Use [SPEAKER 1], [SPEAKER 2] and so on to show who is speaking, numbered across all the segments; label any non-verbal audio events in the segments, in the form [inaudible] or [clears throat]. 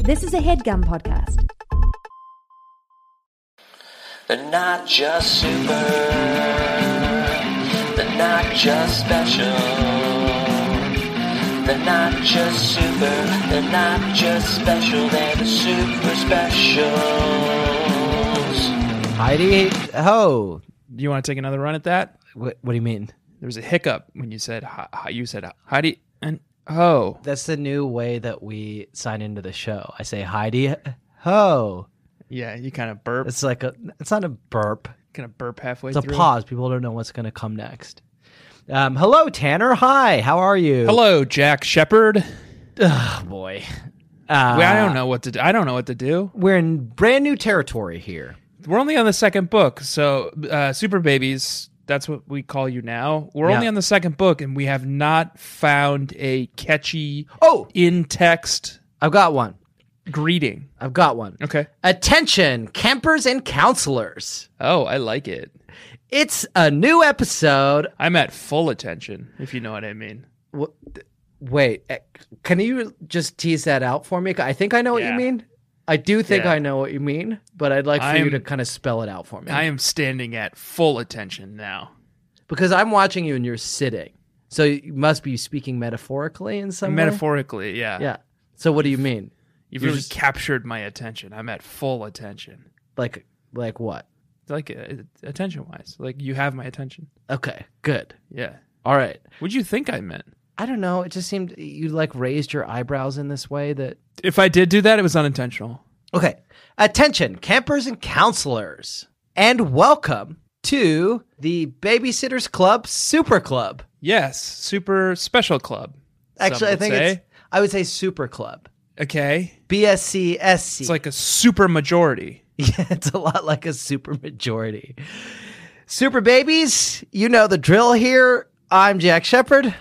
[SPEAKER 1] This is a headgum podcast.
[SPEAKER 2] They're not just super. They're not just special. They're not just super. They're not just special. They're the super specials.
[SPEAKER 3] Heidi ho.
[SPEAKER 4] You want to take another run at that?
[SPEAKER 3] What, what do you mean?
[SPEAKER 4] There was a hiccup when you said hi, hi- you said Heidi and oh
[SPEAKER 3] That's the new way that we sign into the show. I say Heidi ho.
[SPEAKER 4] yeah you kind of burp
[SPEAKER 3] It's like a. It's not a burp.
[SPEAKER 4] kind of burp halfway
[SPEAKER 3] It's a
[SPEAKER 4] through.
[SPEAKER 3] pause. People don't know what's going to come next. Um, hello, Tanner. Hi. How are you?
[SPEAKER 4] Hello, Jack Shepard.
[SPEAKER 3] Ugh, boy. Uh,
[SPEAKER 4] Well, I don't know what to do. I don't know what to do.
[SPEAKER 3] We're in brand new territory here.
[SPEAKER 4] We're only on the second book, so uh, super babies. That's what we call you now. We're
[SPEAKER 3] Yeah.
[SPEAKER 4] only on the second book, and we have not found a catchy
[SPEAKER 3] Oh,
[SPEAKER 4] in text
[SPEAKER 3] I've got one.
[SPEAKER 4] greeting.
[SPEAKER 3] I've got one.
[SPEAKER 4] Okay.
[SPEAKER 3] Attention, campers and counselors.
[SPEAKER 4] Oh, I like it.
[SPEAKER 3] It's a new episode
[SPEAKER 4] I'm at full attention, if you know what I mean.
[SPEAKER 3] Wha- th- Wait, eh, can you just tease that out for me? I think I know what you
[SPEAKER 4] Yeah.
[SPEAKER 3] mean. I do think
[SPEAKER 4] Yeah.
[SPEAKER 3] I know what you mean, but I'd like for you
[SPEAKER 4] I'm-
[SPEAKER 3] to kind of spell it out for me.
[SPEAKER 4] I am standing at full attention now.
[SPEAKER 3] because I'm watching you and you're sitting. So you must be speaking metaphorically in some way.
[SPEAKER 4] Metaphorically, yeah.
[SPEAKER 3] Yeah. So what do you mean?
[SPEAKER 4] You've
[SPEAKER 3] You're
[SPEAKER 4] really
[SPEAKER 3] just-
[SPEAKER 4] captured my attention. I'm at full attention.
[SPEAKER 3] Like like what?
[SPEAKER 4] Like uh, attention wise, like you have my attention.
[SPEAKER 3] Okay, good.
[SPEAKER 4] Yeah.
[SPEAKER 3] All right.
[SPEAKER 4] What'd you think I meant?
[SPEAKER 3] I don't know. It just seemed you like raised your eyebrows in this way that
[SPEAKER 4] If I did do that, it was unintentional.
[SPEAKER 3] Okay. Attention, campers and counselors, and welcome to the Babysitters Club Super Club.
[SPEAKER 4] Yes, super special club. some
[SPEAKER 3] Actually, I
[SPEAKER 4] would
[SPEAKER 3] think
[SPEAKER 4] say.
[SPEAKER 3] it's I would say Super Club.
[SPEAKER 4] okay.
[SPEAKER 3] BSCSC.
[SPEAKER 4] It's like a super majority.
[SPEAKER 3] [laughs] yeah, it's a lot like a super majority. Super babies, you know the drill here. I'm Jack Shepard,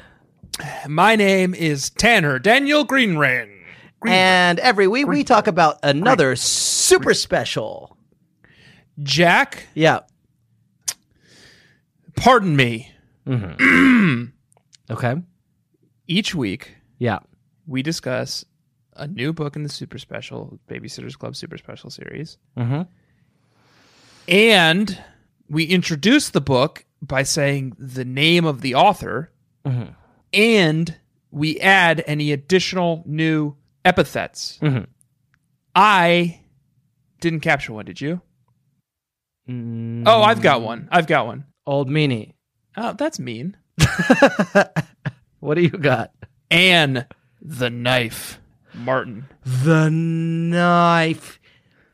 [SPEAKER 4] My name is Tanner Daniel Greenrain.
[SPEAKER 3] and every week we talk about another super special.
[SPEAKER 4] Jack,
[SPEAKER 3] Yeah.
[SPEAKER 4] pardon me.
[SPEAKER 3] Okay.
[SPEAKER 4] Each week,
[SPEAKER 3] Yeah.
[SPEAKER 4] we discuss a new book in the super special babysitters club super special series
[SPEAKER 3] Mhm.
[SPEAKER 4] and we introduce the book by saying the name of the author and we add any additional new epithets i didn't capture one did you oh i've got one i've got one.
[SPEAKER 3] Mm, Old meanie. [laughs]
[SPEAKER 4] Oh, that's mean
[SPEAKER 3] What do you got?
[SPEAKER 4] and the knife martin
[SPEAKER 3] The knife.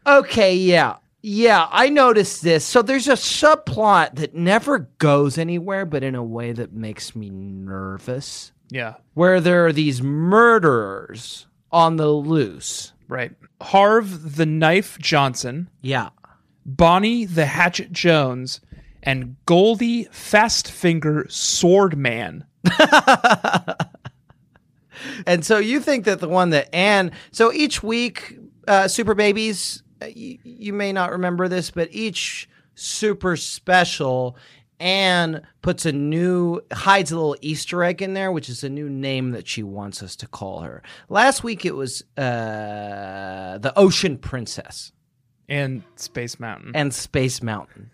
[SPEAKER 3] Okay, yeah. Yeah, I noticed this. So there's a subplot that never goes anywhere, but in a way that makes me nervous.
[SPEAKER 4] yeah
[SPEAKER 3] Where there are these murderers on the loose.
[SPEAKER 4] right harv the knife johnson
[SPEAKER 3] Yeah.
[SPEAKER 4] Bonnie the Hatchet Jones, and Goldie Fastfinger Swordman.
[SPEAKER 3] And so you think that the one that Anne. So each week, uh, Super Babies, uh, you, you may not remember this, but each super special, Anne puts a new, hides a little Easter egg in there, which is a new name that she wants us to call her. Last week it was uh, the Ocean Princess
[SPEAKER 4] And Space Mountain.
[SPEAKER 3] and Space Mountain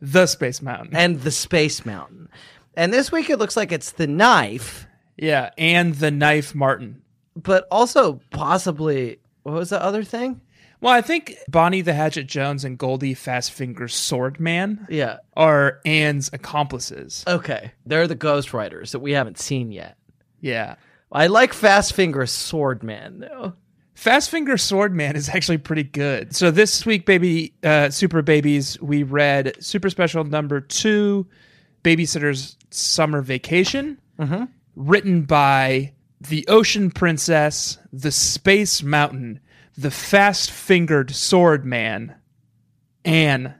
[SPEAKER 4] the Space Mountain.
[SPEAKER 3] and the Space Mountain. And this week it looks like it's the knife,
[SPEAKER 4] yeah, and the Knife Martin.
[SPEAKER 3] but also possibly, what was the other thing?
[SPEAKER 4] Well, I think Bonnie the Hatchet Jones and Goldie Fastfinger Swordman
[SPEAKER 3] Yeah.
[SPEAKER 4] are Anne's accomplices.
[SPEAKER 3] Okay. They're the ghostwriters that we haven't seen yet.
[SPEAKER 4] Yeah.
[SPEAKER 3] I like Fast Finger Swordman, though.
[SPEAKER 4] Fastfinger Swordman is actually pretty good. So this week, baby, uh, Super Babies, we read Super Special Number Two, Babysitter's Summer Vacation,
[SPEAKER 3] Mm-hmm.
[SPEAKER 4] written by the Ocean Princess, the Space Mountain, the Fast Fingered Swordman, Anne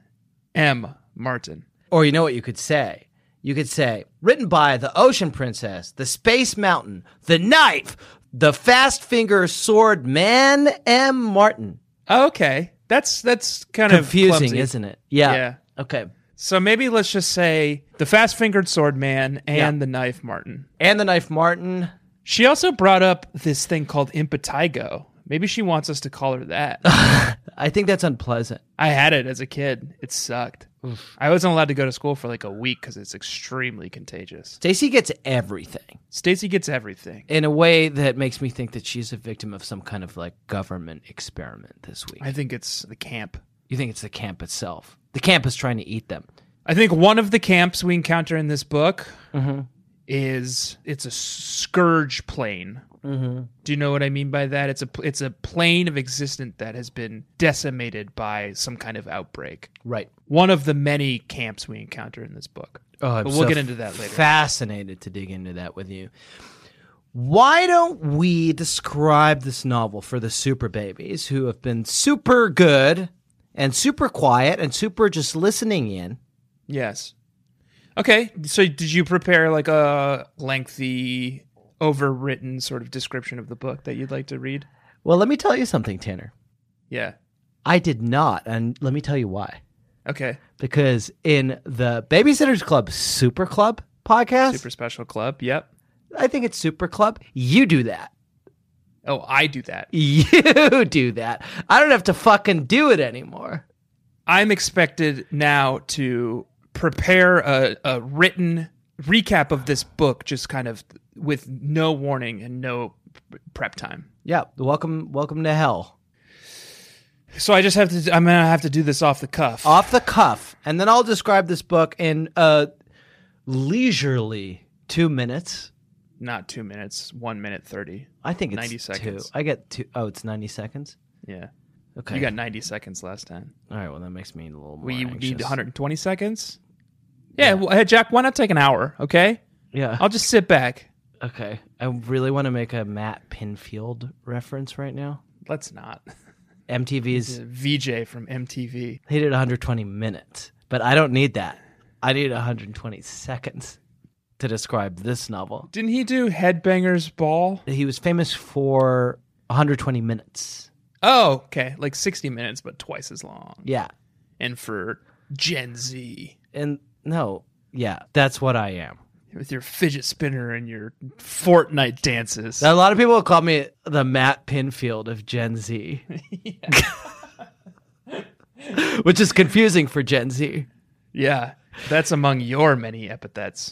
[SPEAKER 4] M. Martin.
[SPEAKER 3] Or you know what you could say? You could say, written by the Ocean Princess, the Space Mountain, the Knife, the Fast Finger Swordman, M. Martin.
[SPEAKER 4] Okay, that's that's kind of
[SPEAKER 3] Confusing,
[SPEAKER 4] clumsy.
[SPEAKER 3] isn't it? Yeah.
[SPEAKER 4] Yeah.
[SPEAKER 3] Okay.
[SPEAKER 4] So maybe let's just say the Fast Fingered Swordman and
[SPEAKER 3] Yeah.
[SPEAKER 4] the Knife Martin.
[SPEAKER 3] And the Knife Martin.
[SPEAKER 4] She also brought up this thing called impetigo, Maybe she wants us to call her that.
[SPEAKER 3] I think that's unpleasant.
[SPEAKER 4] I had it as a kid. It sucked. I wasn't allowed to go to school for like a week because it's extremely contagious.
[SPEAKER 3] Stacy gets everything
[SPEAKER 4] Stacy gets everything.
[SPEAKER 3] in a way that makes me think that she's a victim of some kind of like government experiment this week.
[SPEAKER 4] I think it's the camp.
[SPEAKER 3] you think it's the camp itself? The camp is trying to eat them.
[SPEAKER 4] I think one of the camps we encounter in this book is it's a scourge plane. Do you know what I mean by that? It's a pl- it's a plane of existence that has been decimated by some kind of outbreak.
[SPEAKER 3] Right.
[SPEAKER 4] One of the many camps we encounter in this book.
[SPEAKER 3] Oh, I'm
[SPEAKER 4] but we'll
[SPEAKER 3] so
[SPEAKER 4] get into that later.
[SPEAKER 3] Fascinated to dig into that with you. Why don't we describe this novel for the super babies who have been super good and super quiet and super just listening in?
[SPEAKER 4] Yes. Okay. So did you prepare like a lengthy, overwritten sort of description of the book that you'd like to read?
[SPEAKER 3] Well, let me tell you something, Tanner.
[SPEAKER 4] Yeah.
[SPEAKER 3] I did not, and let me tell you why.
[SPEAKER 4] Okay.
[SPEAKER 3] Because in the Babysitters Club Super Club podcast,
[SPEAKER 4] Super special club. Yep.
[SPEAKER 3] I think it's Super Club, you do that.
[SPEAKER 4] Oh, I do that.
[SPEAKER 3] You [laughs] do that. I don't have to fucking do it anymore.
[SPEAKER 4] I'm expected now to prepare a, a written recap of this book, just kind of with no warning and no prep time.
[SPEAKER 3] Yeah, welcome welcome to hell.
[SPEAKER 4] So I just have to. I'm gonna have to do this off the cuff.
[SPEAKER 3] off the cuff, and then I'll describe this book in uh, leisurely two minutes.
[SPEAKER 4] Not two minutes. One minute thirty.
[SPEAKER 3] I think it's
[SPEAKER 4] 90 seconds.
[SPEAKER 3] Two. I get two oh it's ninety seconds.
[SPEAKER 4] Yeah.
[SPEAKER 3] Okay.
[SPEAKER 4] You got 90 seconds last time.
[SPEAKER 3] All right. Well, that makes me a little more.
[SPEAKER 4] We need
[SPEAKER 3] anxious.
[SPEAKER 4] 120 seconds. Yeah, Well, hey, Jack, why not take an hour? Okay,
[SPEAKER 3] Yeah.
[SPEAKER 4] I'll just sit back.
[SPEAKER 3] okay. I really want to make a Matt Pinfield reference right now.
[SPEAKER 4] Let's not. [laughs]
[SPEAKER 3] MTV's
[SPEAKER 4] VJ from MTV.
[SPEAKER 3] he did 120 minutes, but I don't need that. I need 120 seconds to describe this novel.
[SPEAKER 4] Didn't he do Headbangers Ball?
[SPEAKER 3] He was famous for 120 minutes.
[SPEAKER 4] Oh, okay, like 60 minutes, but twice as long.
[SPEAKER 3] Yeah.
[SPEAKER 4] And for Gen Z,
[SPEAKER 3] And no, yeah, that's what I am.
[SPEAKER 4] with your fidget spinner and your Fortnite dances.
[SPEAKER 3] A lot of people call me the Matt Pinfield of Gen Z, [laughs] which is confusing for Gen Z.
[SPEAKER 4] yeah, that's among your many epithets.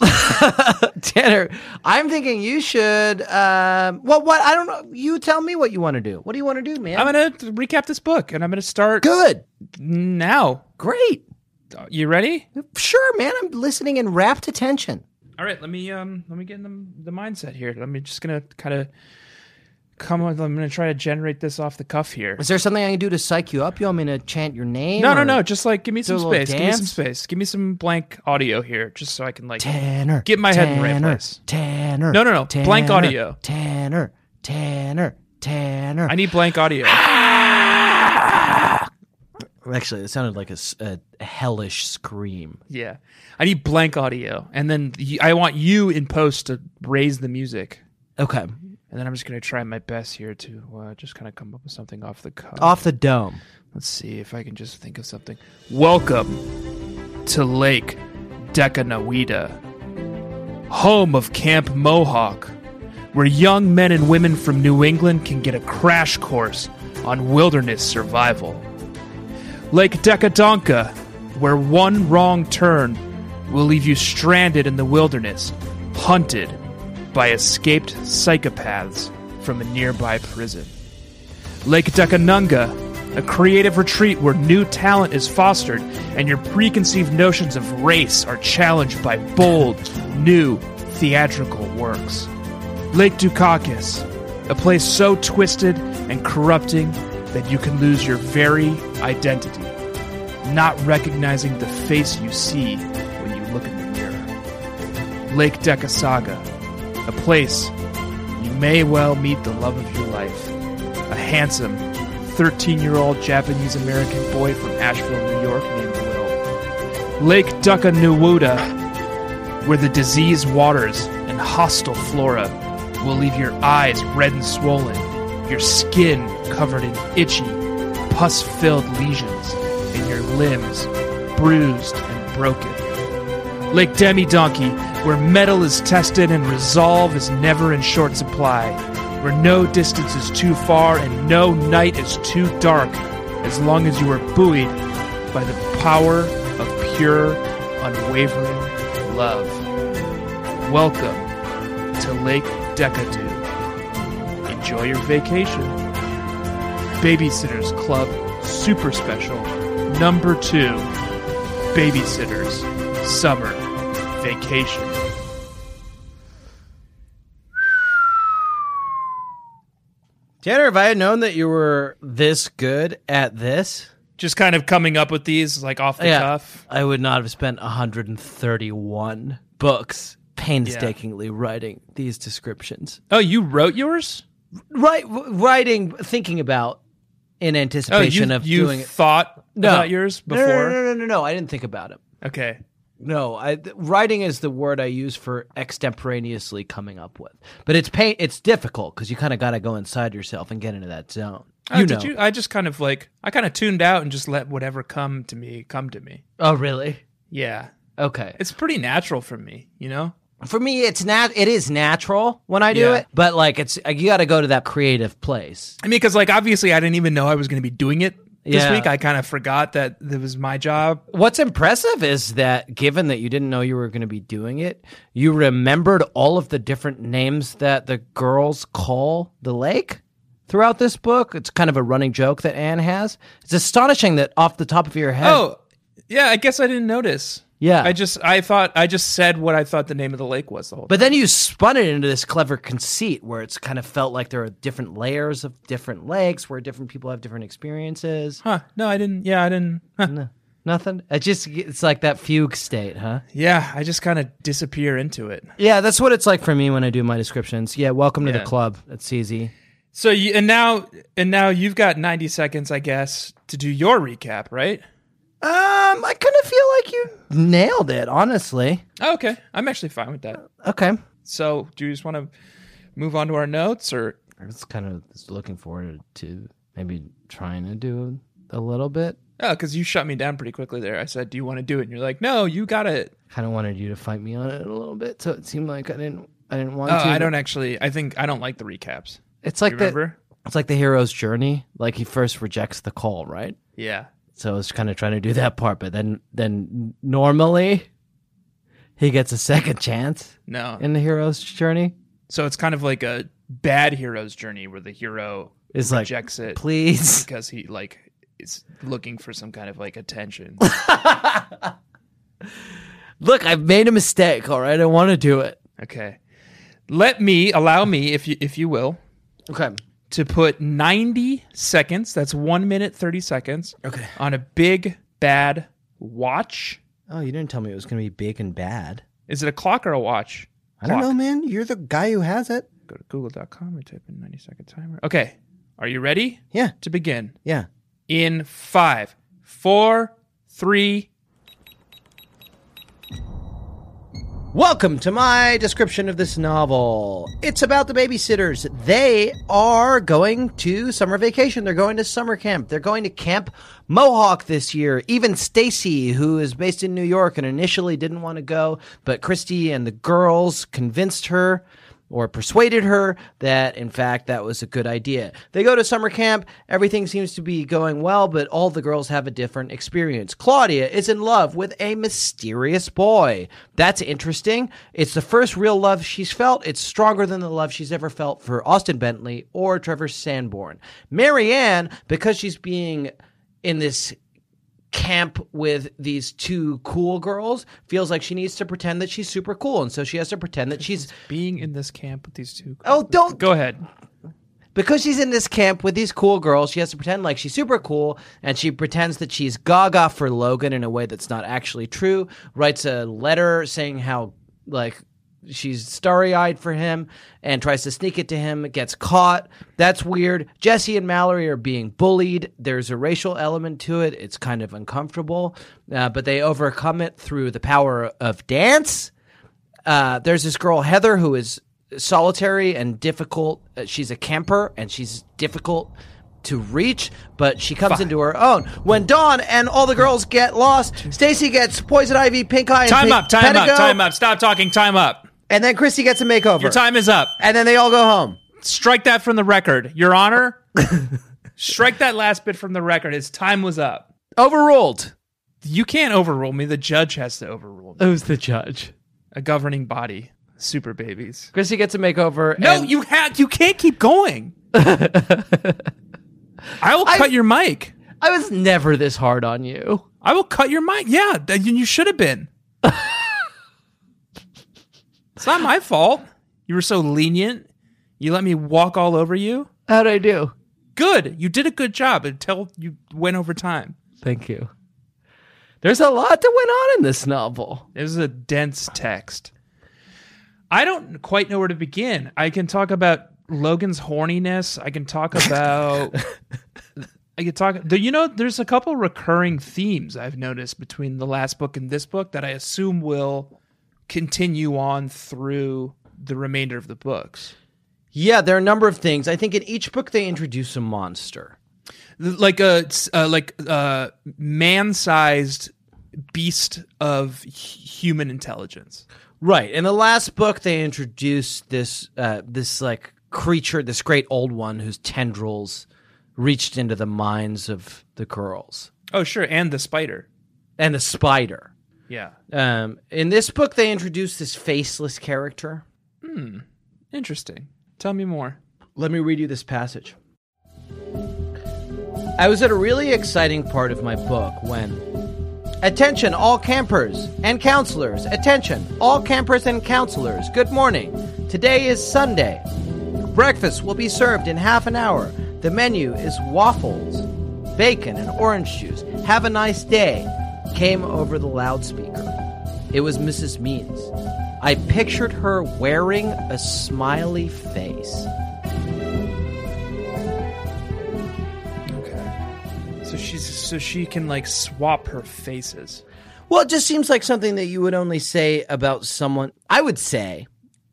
[SPEAKER 4] [laughs]
[SPEAKER 3] Tanner, I'm thinking you should. Um, well, what I don't know. You tell me what you want to do. What do you want to do, man?
[SPEAKER 4] I'm gonna recap this book, and I'm gonna start
[SPEAKER 3] Good,
[SPEAKER 4] now.
[SPEAKER 3] great,
[SPEAKER 4] You ready?
[SPEAKER 3] sure, man. I'm listening in rapt attention.
[SPEAKER 4] All right, let me um let me get in the, the mindset here. Let me just gonna kind of come. With, I'm gonna try to generate this off the cuff here.
[SPEAKER 3] Is there something I can do to psych you up? You want me to chant your name?
[SPEAKER 4] No, no,
[SPEAKER 3] or-
[SPEAKER 4] no. Just like give me some
[SPEAKER 3] a little
[SPEAKER 4] space. Give me some
[SPEAKER 3] dance?
[SPEAKER 4] space. Give me some blank audio here, just so I can like.
[SPEAKER 3] Tanner.
[SPEAKER 4] Get my head in the right
[SPEAKER 3] Tanner,
[SPEAKER 4] place.
[SPEAKER 3] Tanner.
[SPEAKER 4] No, no, no, blank
[SPEAKER 3] Tanner,
[SPEAKER 4] audio.
[SPEAKER 3] Tanner. Tanner. Tanner.
[SPEAKER 4] I need
[SPEAKER 3] [laughs]
[SPEAKER 4] blank audio.
[SPEAKER 3] Actually, it sounded like a, s- a hellish scream.
[SPEAKER 4] Yeah, I need blank audio, and then y- I want you in post to raise the music,
[SPEAKER 3] Okay.
[SPEAKER 4] and then I'm just gonna try my best here to uh, just kind of come up with something off the cuff.
[SPEAKER 3] Off the dome.
[SPEAKER 4] Let's see if I can just think of something. Welcome to Lake Dekanawida, home of Camp Mohawk, where young men and women from New England can get a crash course on wilderness survival. Lake Decadonka, where one wrong turn will leave you stranded in the wilderness, hunted by escaped psychopaths from a nearby prison. Lake Dakanunga, a creative retreat where new talent is fostered and your preconceived notions of race are challenged by bold, new theatrical works. Lake Dukakis, a place so twisted and corrupting that you can lose your very identity, not recognizing the face you see when you look in the mirror. Lake Dekasaga, a place you may well meet the love of your life, a handsome 13 year old Japanese American boy from Asheville, New York named Will. Lake Dukanawuda, where the diseased waters and hostile flora will leave your eyes red and swollen, your skin covered in itchy, pus filled lesions, and your limbs bruised and broken. Lake Demi Donkey, where metal is tested and resolve is never in short supply, where no distance is too far and no night is too dark, as long as you are buoyed by the power of pure, unwavering love. Welcome to Lake Decadu. Enjoy your vacation. Babysitters Club Super Special Number 2 Babysitters Summer Vacation.
[SPEAKER 3] Tanner, if I had known that you were this good at this,
[SPEAKER 4] Just kind of coming up with these like off the cuff.
[SPEAKER 3] I would not have spent 131 books painstakingly writing these descriptions.
[SPEAKER 4] Oh, you wrote yours?
[SPEAKER 3] Right, w- writing, thinking about in
[SPEAKER 4] Oh, you,
[SPEAKER 3] anticipation of
[SPEAKER 4] you
[SPEAKER 3] doing it.
[SPEAKER 4] thought about yours
[SPEAKER 3] No, No, [laughs]
[SPEAKER 4] before?
[SPEAKER 3] no, no, no, no. I didn't think about it.
[SPEAKER 4] Okay.
[SPEAKER 3] No, I, th- writing is the word I use for extemporaneously coming up with. But it's pain. It's difficult because you kind of got to go inside yourself and get into that zone.
[SPEAKER 4] Oh,
[SPEAKER 3] you know.
[SPEAKER 4] did you? I just kind of like I kind of tuned out and just let whatever come to me come to me.
[SPEAKER 3] Oh, really?
[SPEAKER 4] Yeah,
[SPEAKER 3] Okay.
[SPEAKER 4] it's pretty natural for me, you know.
[SPEAKER 3] for me it's nat it is natural when i do
[SPEAKER 4] Yeah.
[SPEAKER 3] it but like it's like, you got to go to that creative place
[SPEAKER 4] I mean, because like obviously I didn't even know I was going to be doing it this
[SPEAKER 3] Yeah.
[SPEAKER 4] week. I kind of forgot that it was my job.
[SPEAKER 3] what's impressive is that given that you didn't know you were going to be doing it you remembered all of the different names that the girls call the lake throughout this book it's kind of a running joke that anne has it's astonishing that off the top of your head
[SPEAKER 4] Oh, yeah. I guess I didn't notice.
[SPEAKER 3] Yeah.
[SPEAKER 4] I just I thought I just said what I thought the name of the lake was the whole.
[SPEAKER 3] But then you spun it into this clever conceit where it's kind of felt like there are different layers of different lakes where different people have different experiences.
[SPEAKER 4] time. huh? No, I didn't. Yeah, I didn't. Huh.
[SPEAKER 3] Nothing. It just it's like that fugue state, huh?
[SPEAKER 4] Yeah, I just kind of disappear into it.
[SPEAKER 3] Yeah, that's what it's like for me when I do my descriptions. Yeah, welcome to
[SPEAKER 4] Yeah.
[SPEAKER 3] the club. That's easy.
[SPEAKER 4] So you, and now and now you've got ninety seconds, I guess, to do your recap, right?
[SPEAKER 3] Um, I kind of feel like you nailed it, honestly.
[SPEAKER 4] Oh, okay, I'm actually fine with that.
[SPEAKER 3] Okay.
[SPEAKER 4] So, do you just want to move on to our notes, or
[SPEAKER 3] I was kind of looking forward to maybe trying to do a little bit.
[SPEAKER 4] oh, because you shut me down pretty quickly there. I said, "Do you want to do it?" And you're like, "No, you got it."
[SPEAKER 3] Kind of wanted you to fight me on it a little bit, so it seemed like I didn't. I didn't want
[SPEAKER 4] Oh,
[SPEAKER 3] to.
[SPEAKER 4] I
[SPEAKER 3] but
[SPEAKER 4] don't actually. I think I don't like the recaps.
[SPEAKER 3] It's like
[SPEAKER 4] You
[SPEAKER 3] the.
[SPEAKER 4] remember?
[SPEAKER 3] It's like the hero's journey. Like he first rejects the call, right?
[SPEAKER 4] Yeah.
[SPEAKER 3] so I was kind of trying to do that part, but then then normally he gets a second chance
[SPEAKER 4] No.
[SPEAKER 3] in the hero's journey.
[SPEAKER 4] so it's kind of like a bad hero's journey where the hero
[SPEAKER 3] Is like
[SPEAKER 4] rejects it
[SPEAKER 3] please, [laughs]
[SPEAKER 4] because he like is looking for some kind of like attention. [laughs]
[SPEAKER 3] look, I've made a mistake. All right, I want to do it.
[SPEAKER 4] okay. Let me allow me if you if you will
[SPEAKER 3] Okay,
[SPEAKER 4] to put 90 seconds, that's 1 minute 30 seconds,
[SPEAKER 3] okay.
[SPEAKER 4] on a big bad watch.
[SPEAKER 3] Oh, you didn't tell me it was going to be big and bad.
[SPEAKER 4] Is it a clock or a watch?
[SPEAKER 3] I don't
[SPEAKER 4] Clock.
[SPEAKER 3] know, man. You're the guy who has it.
[SPEAKER 4] Go to google.com and type in 90 second timer. Okay. Are you ready
[SPEAKER 3] Yeah,
[SPEAKER 4] to begin?
[SPEAKER 3] yeah.
[SPEAKER 4] In five, four, three.
[SPEAKER 3] Welcome to my description of this novel. It's about the babysitters. They are going to summer vacation. They're going to summer camp. They're going to Camp Mohawk this year. Even Stacy, who is based in New York and initially didn't want to go, but Christy and the girls convinced her or persuaded her that in fact that was a good idea. They go to summer camp, everything seems to be going well, but all the girls have a different experience. Claudia is in love with a mysterious boy. That's interesting. It's the first real love she's felt. It's stronger than the love she's ever felt for Austin Bentley or Trevor Sanborn. Marianne, because she's being in this camp with these two cool girls, feels like she needs to pretend that she's super cool and so she has to pretend that she's
[SPEAKER 4] Being in this camp with these two.
[SPEAKER 3] Oh, don't
[SPEAKER 4] Go ahead.
[SPEAKER 3] because she's in this camp with these cool girls, she has to pretend like she's super cool, and she pretends that she's gaga for Logan in a way that's not actually true. Writes a letter saying how, like, she's starry eyed for him and tries to sneak it to him, gets caught. That's weird. Jesse and Mallory are being bullied. There's a racial element to it, it's kind of uncomfortable, uh, but they overcome it through the power of dance uh, there's this girl Heather who is solitary and difficult. Uh, she's a camper and she's difficult to reach, but she comes into her own. When Dawn and all the girls get lost, Stacy gets poison ivy, pink eye, and
[SPEAKER 4] Time
[SPEAKER 3] pe-
[SPEAKER 4] up, time
[SPEAKER 3] Pedigo,
[SPEAKER 4] up, time up. Stop talking, time up.
[SPEAKER 3] and then Christy gets a makeover.
[SPEAKER 4] Your time is up.
[SPEAKER 3] and then they all go home.
[SPEAKER 4] Strike that from the record, Your Honor. strike that last bit from the record. His time was up.
[SPEAKER 5] Overruled.
[SPEAKER 4] You can't overrule me. The judge has to overrule me.
[SPEAKER 5] Who's the judge?
[SPEAKER 4] A governing body. Super babies.
[SPEAKER 5] Chrissy gets a makeover.
[SPEAKER 4] No,
[SPEAKER 5] and-
[SPEAKER 4] you have. You can't keep going. I will cut your mic.
[SPEAKER 5] I was never this hard on you.
[SPEAKER 4] I will cut your mic. Yeah, that- you you should have been. it's not my fault. You were so lenient. You let me walk all over you.
[SPEAKER 5] How'd I do?
[SPEAKER 4] Good. You did a good job until you went over time.
[SPEAKER 5] Thank you. There's a lot that went on in this novel.
[SPEAKER 4] It was a dense text. I don't quite know where to begin. I can talk about Logan's horniness. I can talk about. I can talk. Do you know there's a couple recurring themes I've noticed between the last book and this book that I assume will continue on through the remainder of the books.
[SPEAKER 3] Yeah, there are a number of things. I think in each book they introduce a monster.
[SPEAKER 4] like a uh, like uh, man-sized beast of hu- human intelligence.
[SPEAKER 3] Right. In the last book, they introduced this uh, this like creature, this great old one whose tendrils reached into the minds of the girls
[SPEAKER 4] Oh, sure, and the spider.
[SPEAKER 3] and the spider.
[SPEAKER 4] Yeah,
[SPEAKER 3] Um, in this book, they introduced this faceless character.
[SPEAKER 4] interesting. Tell me more.
[SPEAKER 3] Let me read you this passage. I was at a really exciting part of my book when. Attention, all campers and counselors. Attention, all campers and counselors. Good morning. Today is Sunday. Breakfast will be served in half an hour. The menu is waffles, bacon, and orange juice. Have a nice day. Came over the loudspeaker. It was Mrs. Means. I pictured her wearing a smiley face.
[SPEAKER 4] Okay. So she's so she can like swap her faces.
[SPEAKER 3] Well, it just seems like something that you would only say about someone. I would say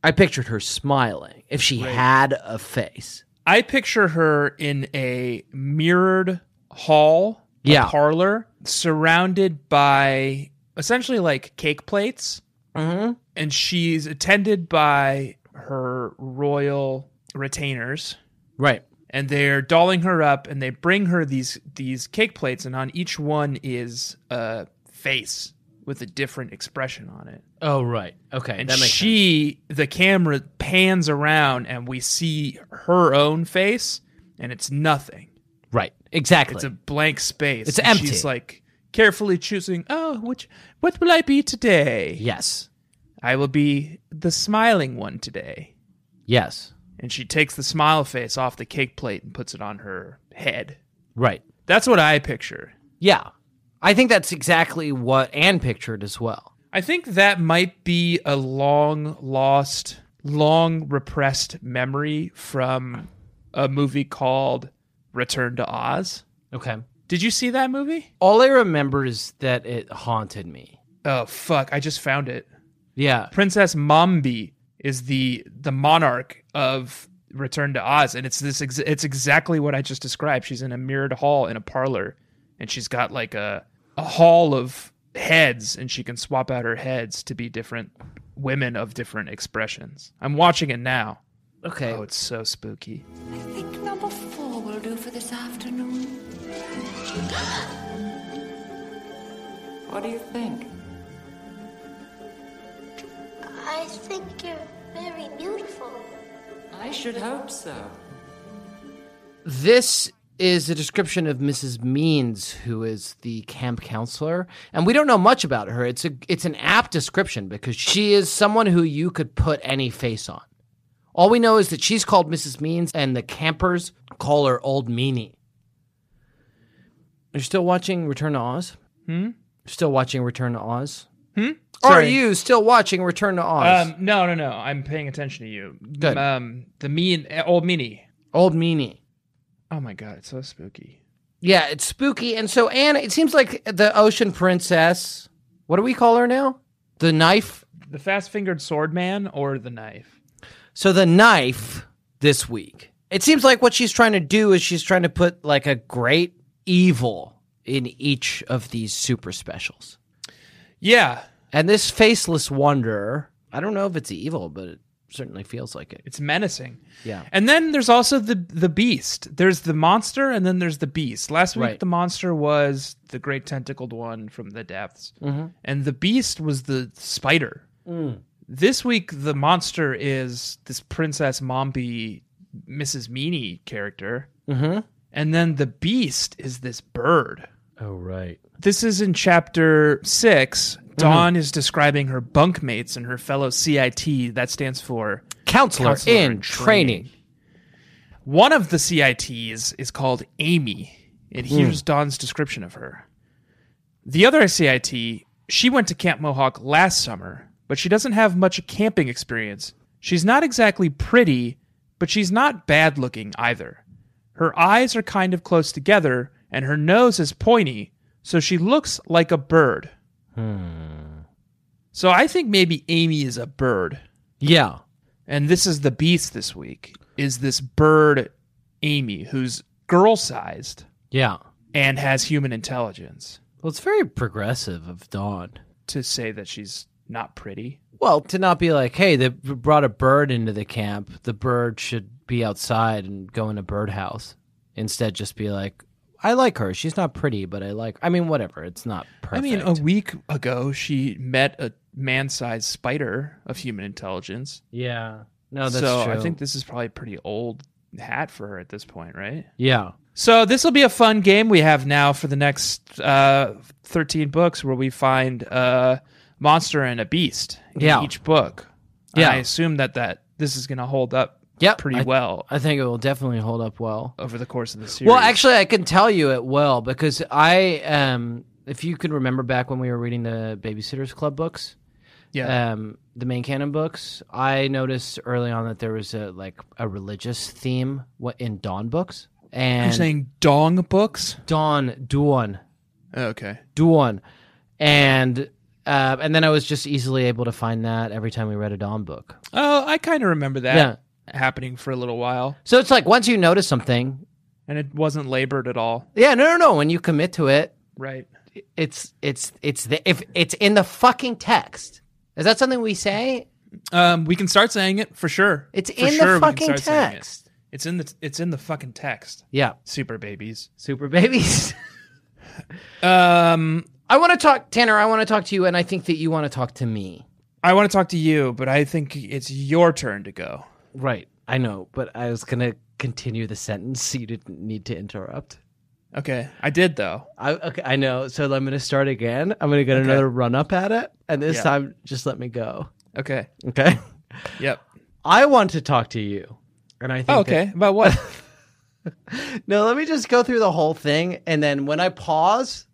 [SPEAKER 3] I pictured her smiling if she had a face.
[SPEAKER 4] I picture her in a mirrored hall, a
[SPEAKER 3] Yeah.
[SPEAKER 4] parlor, surrounded by essentially like cake plates.
[SPEAKER 3] Mm-hmm.
[SPEAKER 4] and she's attended by her royal retainers
[SPEAKER 3] Right.
[SPEAKER 4] and they're dolling her up and they bring her these these cake plates and on each one is a face with a different expression on it
[SPEAKER 3] Oh, right. Okay.
[SPEAKER 4] and she the camera pans around and we see her own face and it's nothing
[SPEAKER 3] Right. Exactly.
[SPEAKER 4] it's a blank space
[SPEAKER 3] It's
[SPEAKER 4] And
[SPEAKER 3] empty.
[SPEAKER 4] she's like carefully choosing oh which what will i be today
[SPEAKER 3] yes.
[SPEAKER 4] i will be the smiling one today
[SPEAKER 3] Yes.
[SPEAKER 4] and she takes the smile face off the cake plate and puts it on her head.
[SPEAKER 3] Right.
[SPEAKER 4] That's what I picture.
[SPEAKER 3] Yeah. I think that's exactly what Anne pictured as well.
[SPEAKER 4] I think that might be a long lost, long repressed memory from a movie called Return to Oz.
[SPEAKER 3] Okay.
[SPEAKER 4] Did you see that movie?
[SPEAKER 3] All I remember is that it haunted me.
[SPEAKER 4] Oh fuck, I just found it.
[SPEAKER 3] Yeah.
[SPEAKER 4] Princess Mombi is the the monarch of Return to Oz, and it's this. Ex- it's exactly what I just described. She's in a mirrored hall in a parlor, and she's got like a a hall of heads, and she can swap out her heads to be different women of different expressions. I'm watching it now.
[SPEAKER 3] Okay.
[SPEAKER 4] Oh, it's so spooky.
[SPEAKER 6] I think number four will do for this afternoon. what do you think?
[SPEAKER 7] I think you're very beautiful.
[SPEAKER 6] I should hope so.
[SPEAKER 3] This is a description of Mrs. Means, who is the camp counselor, and we don't know much about her. It's a it's an apt description because she is someone who you could put any face on. All we know is that she's called Mrs. Means, and the campers call her Old Meanie. You're still watching Return to Oz? Hmm. Still watching Return to Oz? Hmm. Are
[SPEAKER 4] Sorry.
[SPEAKER 3] you still watching Return to Oz?
[SPEAKER 4] Um, no, no, no. I'm paying attention to you.
[SPEAKER 3] Good.
[SPEAKER 4] Um, the mean old meanie.
[SPEAKER 3] Old Meanie.
[SPEAKER 4] Oh my god, it's so spooky.
[SPEAKER 3] Yeah, it's spooky. And so Anne, it seems like the Ocean Princess. What do we call her now? The knife.
[SPEAKER 4] The fast fingered sword man or the knife.
[SPEAKER 3] So the knife this week. It seems like what she's trying to do is she's trying to put like a great evil in each of these super specials.
[SPEAKER 4] Yeah.
[SPEAKER 3] And this faceless wanderer, I don't know if it's evil, but it certainly feels like it.
[SPEAKER 4] It's menacing.
[SPEAKER 3] Yeah.
[SPEAKER 4] And then there's also the the beast. There's the monster, and then there's the beast. Last week
[SPEAKER 3] Right.
[SPEAKER 4] the monster was the great tentacled one from the depths,
[SPEAKER 3] Mm-hmm.
[SPEAKER 4] and the beast was the spider.
[SPEAKER 3] Mm.
[SPEAKER 4] This week the monster is this Princess Mombi, Mrs. Meanie character,
[SPEAKER 3] Mhm.
[SPEAKER 4] and then the beast is this bird.
[SPEAKER 3] Oh right.
[SPEAKER 4] This is in chapter six.
[SPEAKER 3] Mm-hmm.
[SPEAKER 4] Dawn is describing her bunkmates and her fellow CIT. That stands for
[SPEAKER 3] Counselor,
[SPEAKER 4] Counselor
[SPEAKER 3] in,
[SPEAKER 4] in
[SPEAKER 3] training.
[SPEAKER 4] One of the CITs is called Amy, and
[SPEAKER 3] Hmm.
[SPEAKER 4] here's Don's description of her. The other CIT, she went to Camp Mohawk last summer, but she doesn't have much camping experience. She's not exactly pretty, but she's not bad looking either. Her eyes are kind of close together, and her nose is pointy, so she looks like a bird.
[SPEAKER 3] Hmm.
[SPEAKER 4] So I think maybe Amy is a bird
[SPEAKER 3] Yeah.
[SPEAKER 4] and this is the beast this week is this bird amy who's girl sized
[SPEAKER 3] Yeah.
[SPEAKER 4] and has human intelligence
[SPEAKER 3] Well, it's very progressive of Dawn.
[SPEAKER 4] to say that she's not pretty
[SPEAKER 3] Well, to not be like, hey, they brought a bird into the camp. The bird should be outside and go in a birdhouse. Instead, just be like, I like her. She's not pretty, but I like. I mean, whatever. It's not perfect.
[SPEAKER 4] i mean a week ago she met a man-sized spider of human intelligence
[SPEAKER 3] yeah. No, Oh, that's
[SPEAKER 4] so
[SPEAKER 3] true.
[SPEAKER 4] i think this is probably a pretty old hat for her at this point right
[SPEAKER 3] yeah.
[SPEAKER 4] So this will be a fun game we have now for the next uh, thirteen books, where we find a monster and a beast in
[SPEAKER 3] Yeah.
[SPEAKER 4] each book. And
[SPEAKER 3] Yeah.
[SPEAKER 4] I assume that that this is going to hold up
[SPEAKER 3] Yep,
[SPEAKER 4] pretty
[SPEAKER 3] I-
[SPEAKER 4] well
[SPEAKER 3] I think it will definitely hold up well.
[SPEAKER 4] over the course of the series.
[SPEAKER 3] Well, actually, I can tell you it will because I, um, if you could remember back when we were reading the Babysitters Club books,
[SPEAKER 4] yeah,
[SPEAKER 3] um, the main canon books, I noticed early on that there was a like a religious theme what in Dawn books
[SPEAKER 4] you're
[SPEAKER 3] and
[SPEAKER 4] saying dong books. Oh,
[SPEAKER 3] Dawn Duan
[SPEAKER 4] Okay,
[SPEAKER 3] Duan, and uh, and then I was just easily able to find that every time we read a Dawn book.
[SPEAKER 4] oh, I kind of remember that happening for a little while,
[SPEAKER 3] So it's like once you notice something,
[SPEAKER 4] and it wasn't labored at all.
[SPEAKER 3] yeah, no, no, no, when you commit to it,
[SPEAKER 4] Right?
[SPEAKER 3] it's it's it's the if it's in the fucking text. Is that something we say?
[SPEAKER 4] Um, we can start saying it for sure.
[SPEAKER 3] It's
[SPEAKER 4] For
[SPEAKER 3] in the
[SPEAKER 4] sure we can
[SPEAKER 3] fucking
[SPEAKER 4] start saying it.
[SPEAKER 3] text.
[SPEAKER 4] It's in the it's in the fucking text.
[SPEAKER 3] Yeah,
[SPEAKER 4] Super babies.
[SPEAKER 3] super
[SPEAKER 4] [laughs]
[SPEAKER 3] babies.
[SPEAKER 4] Um,
[SPEAKER 3] I want to talk, Tanner. I want to talk to you, and I think that you want to talk to me.
[SPEAKER 4] I want to talk to you, but I think it's your turn to go.
[SPEAKER 3] Right. I know, but I was gonna continue the sentence, [laughs] so you didn't need to interrupt.
[SPEAKER 4] Okay, I did though.
[SPEAKER 3] I okay, I know. So I'm gonna start again. I'm gonna get another run up at it, and this
[SPEAKER 4] Yeah.
[SPEAKER 3] time just let me go.
[SPEAKER 4] Okay,
[SPEAKER 3] Okay.
[SPEAKER 4] yep.
[SPEAKER 3] I want to talk to you, and I think
[SPEAKER 4] Oh,
[SPEAKER 3] that-
[SPEAKER 4] okay, about what? [laughs]
[SPEAKER 3] No, let me just go through the whole thing, and then when I pause,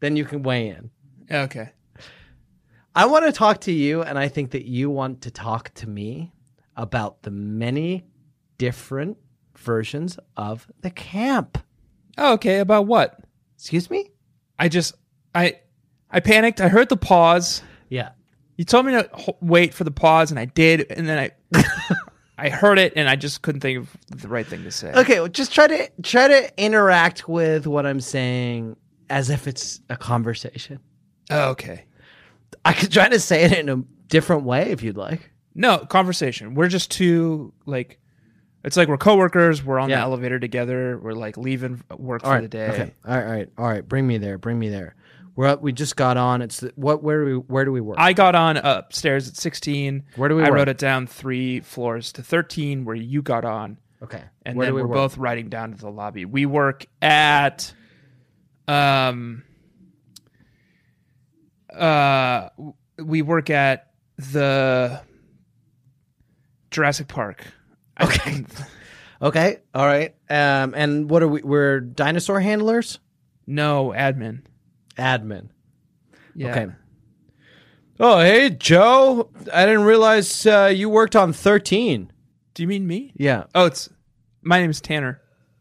[SPEAKER 3] then you can weigh in.
[SPEAKER 4] okay,
[SPEAKER 3] I want to talk to you, and I think that you want to talk to me about the many different versions of the camp.
[SPEAKER 4] oh, okay, about what?
[SPEAKER 3] Excuse me?
[SPEAKER 4] I just I I panicked. I heard the pause.
[SPEAKER 3] Yeah.
[SPEAKER 4] You told me to h- wait for the pause, and I did, and then [laughs] I I heard it, and I just couldn't think of the right thing to say.
[SPEAKER 3] Okay, well, just try to try to interact with what I'm saying as if it's a conversation.
[SPEAKER 4] Oh, okay.
[SPEAKER 3] I could try to say it in a different way if you'd like.
[SPEAKER 4] No conversation. We're just two like. It's like we're coworkers. We're on the
[SPEAKER 3] Yeah.
[SPEAKER 4] elevator together. We're like leaving work
[SPEAKER 3] All
[SPEAKER 4] for
[SPEAKER 3] right.
[SPEAKER 4] the day.
[SPEAKER 3] Okay. All right, all right. All right. Bring me there. Bring me there. We're up, we just got on. It's the, what where do we where do we work?
[SPEAKER 4] I got on upstairs at 16.
[SPEAKER 3] Where do we
[SPEAKER 4] I
[SPEAKER 3] work?
[SPEAKER 4] wrote it down three floors to 13, where you got on,
[SPEAKER 3] okay.
[SPEAKER 4] and
[SPEAKER 3] where
[SPEAKER 4] then
[SPEAKER 3] do we
[SPEAKER 4] we are
[SPEAKER 3] work?
[SPEAKER 4] both riding down to the lobby. We work at, um, uh, w- we work at the Jurassic Park.
[SPEAKER 3] Okay. Okay. All right. Um, and what are we? We're dinosaur handlers.
[SPEAKER 4] No admin.
[SPEAKER 3] Admin.
[SPEAKER 4] Yeah.
[SPEAKER 3] Okay. Oh, hey, Joe. I didn't realize uh, you worked on 13.
[SPEAKER 4] Do you mean me?
[SPEAKER 3] Yeah.
[SPEAKER 4] Oh, it's my name is Tanner.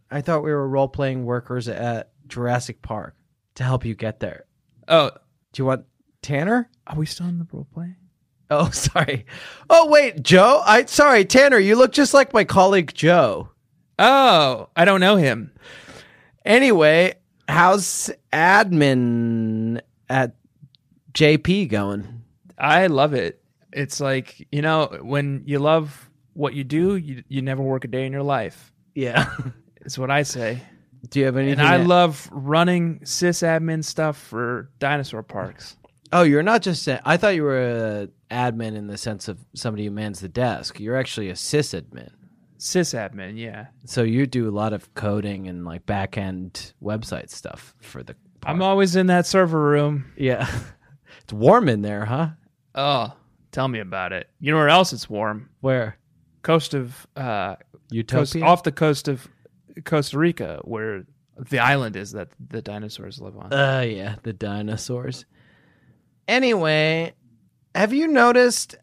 [SPEAKER 3] I thought we were role playing workers at Jurassic Park to help you get there.
[SPEAKER 4] Oh,
[SPEAKER 3] Do you want Tanner?
[SPEAKER 4] are we still in the role play?
[SPEAKER 3] Oh, [laughs] sorry. Oh, wait, Joe. I sorry, Tanner. You look just like my colleague Joe.
[SPEAKER 4] Oh, I don't know him.
[SPEAKER 3] Anyway, how's admin at JP going?
[SPEAKER 4] I love it. It's like you know when you love what you do, you you never work a day in your life.
[SPEAKER 3] Yeah. [laughs]
[SPEAKER 4] Is what I say.
[SPEAKER 3] Do you have anything?
[SPEAKER 4] And I
[SPEAKER 3] to-
[SPEAKER 4] love running sysadmin stuff for dinosaur parks.
[SPEAKER 3] Oh, you're not just. A, I thought you were a admin in the sense of somebody who mans the desk. You're actually a sysadmin.
[SPEAKER 4] Sysadmin, yeah.
[SPEAKER 3] So you do a lot of coding and like back end website stuff for the.
[SPEAKER 4] I'm always in that server room.
[SPEAKER 3] Yeah. [laughs] It's warm in there, huh?
[SPEAKER 4] Oh, tell me about it. You know where else it's warm?
[SPEAKER 3] Where?
[SPEAKER 4] Coast of uh, coast,
[SPEAKER 3] Utopia.
[SPEAKER 4] off the coast of Costa Rica, where the island is that the dinosaurs live on.
[SPEAKER 3] Uh yeah, the dinosaurs. Anyway, have you noticed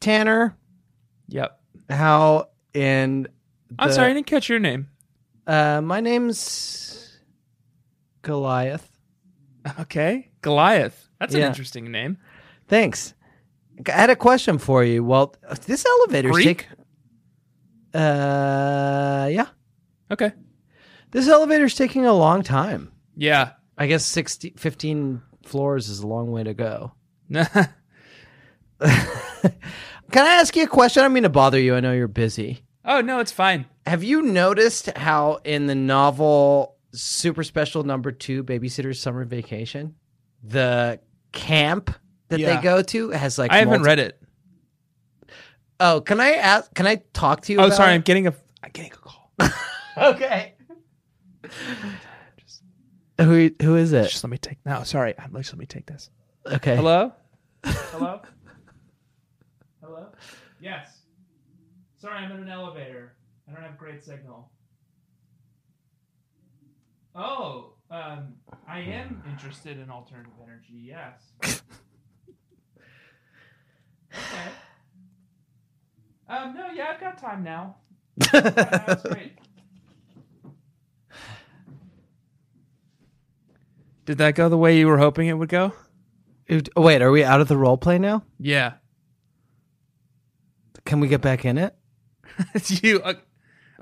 [SPEAKER 3] Tanner
[SPEAKER 4] yep.
[SPEAKER 3] how in
[SPEAKER 4] I'm
[SPEAKER 3] the-
[SPEAKER 4] sorry, I didn't catch your name.
[SPEAKER 3] uh my name's Goliath.
[SPEAKER 4] Okay, Goliath. That's an
[SPEAKER 3] Yeah.
[SPEAKER 4] interesting name.
[SPEAKER 3] Thanks. I had a question for you. Well, this elevator's
[SPEAKER 4] Greek?
[SPEAKER 3] taking uh yeah.
[SPEAKER 4] Okay.
[SPEAKER 3] This elevator's taking a long time.
[SPEAKER 4] Yeah. [laughs]
[SPEAKER 3] I guess 60, 15 floors is a long way to go.
[SPEAKER 4] oh,
[SPEAKER 3] Can I ask you a question? I don't mean to bother you. I know you're busy.
[SPEAKER 4] Oh, no, it's fine.
[SPEAKER 3] Have you noticed how in the novel Super Special Number Two, Babysitter's Summer Vacation, the camp that
[SPEAKER 4] Yeah.
[SPEAKER 3] they go to has like
[SPEAKER 4] I haven't
[SPEAKER 3] multi-
[SPEAKER 4] read it.
[SPEAKER 3] Oh, can I ask? Can I talk to you?
[SPEAKER 4] Oh,
[SPEAKER 3] about
[SPEAKER 4] sorry,
[SPEAKER 3] it?
[SPEAKER 4] I'm getting a I'm getting a call.
[SPEAKER 3] okay. Who who is it?
[SPEAKER 4] Just let me take no. Sorry, I'm, just let me take this.
[SPEAKER 3] Okay. [laughs]
[SPEAKER 4] Hello? Hello? Hello? Yes. Sorry, I'm in an elevator. I don't have great signal. Oh, um, I am interested in alternative energy, yes. okay. Um, no, yeah, I've got time now. That's great. Did that go the way you were hoping it would go?
[SPEAKER 3] It- Wait, are we out of the role play now?
[SPEAKER 4] Yeah. [laughs]
[SPEAKER 3] Can we get back in it?
[SPEAKER 4] It's you. Uh,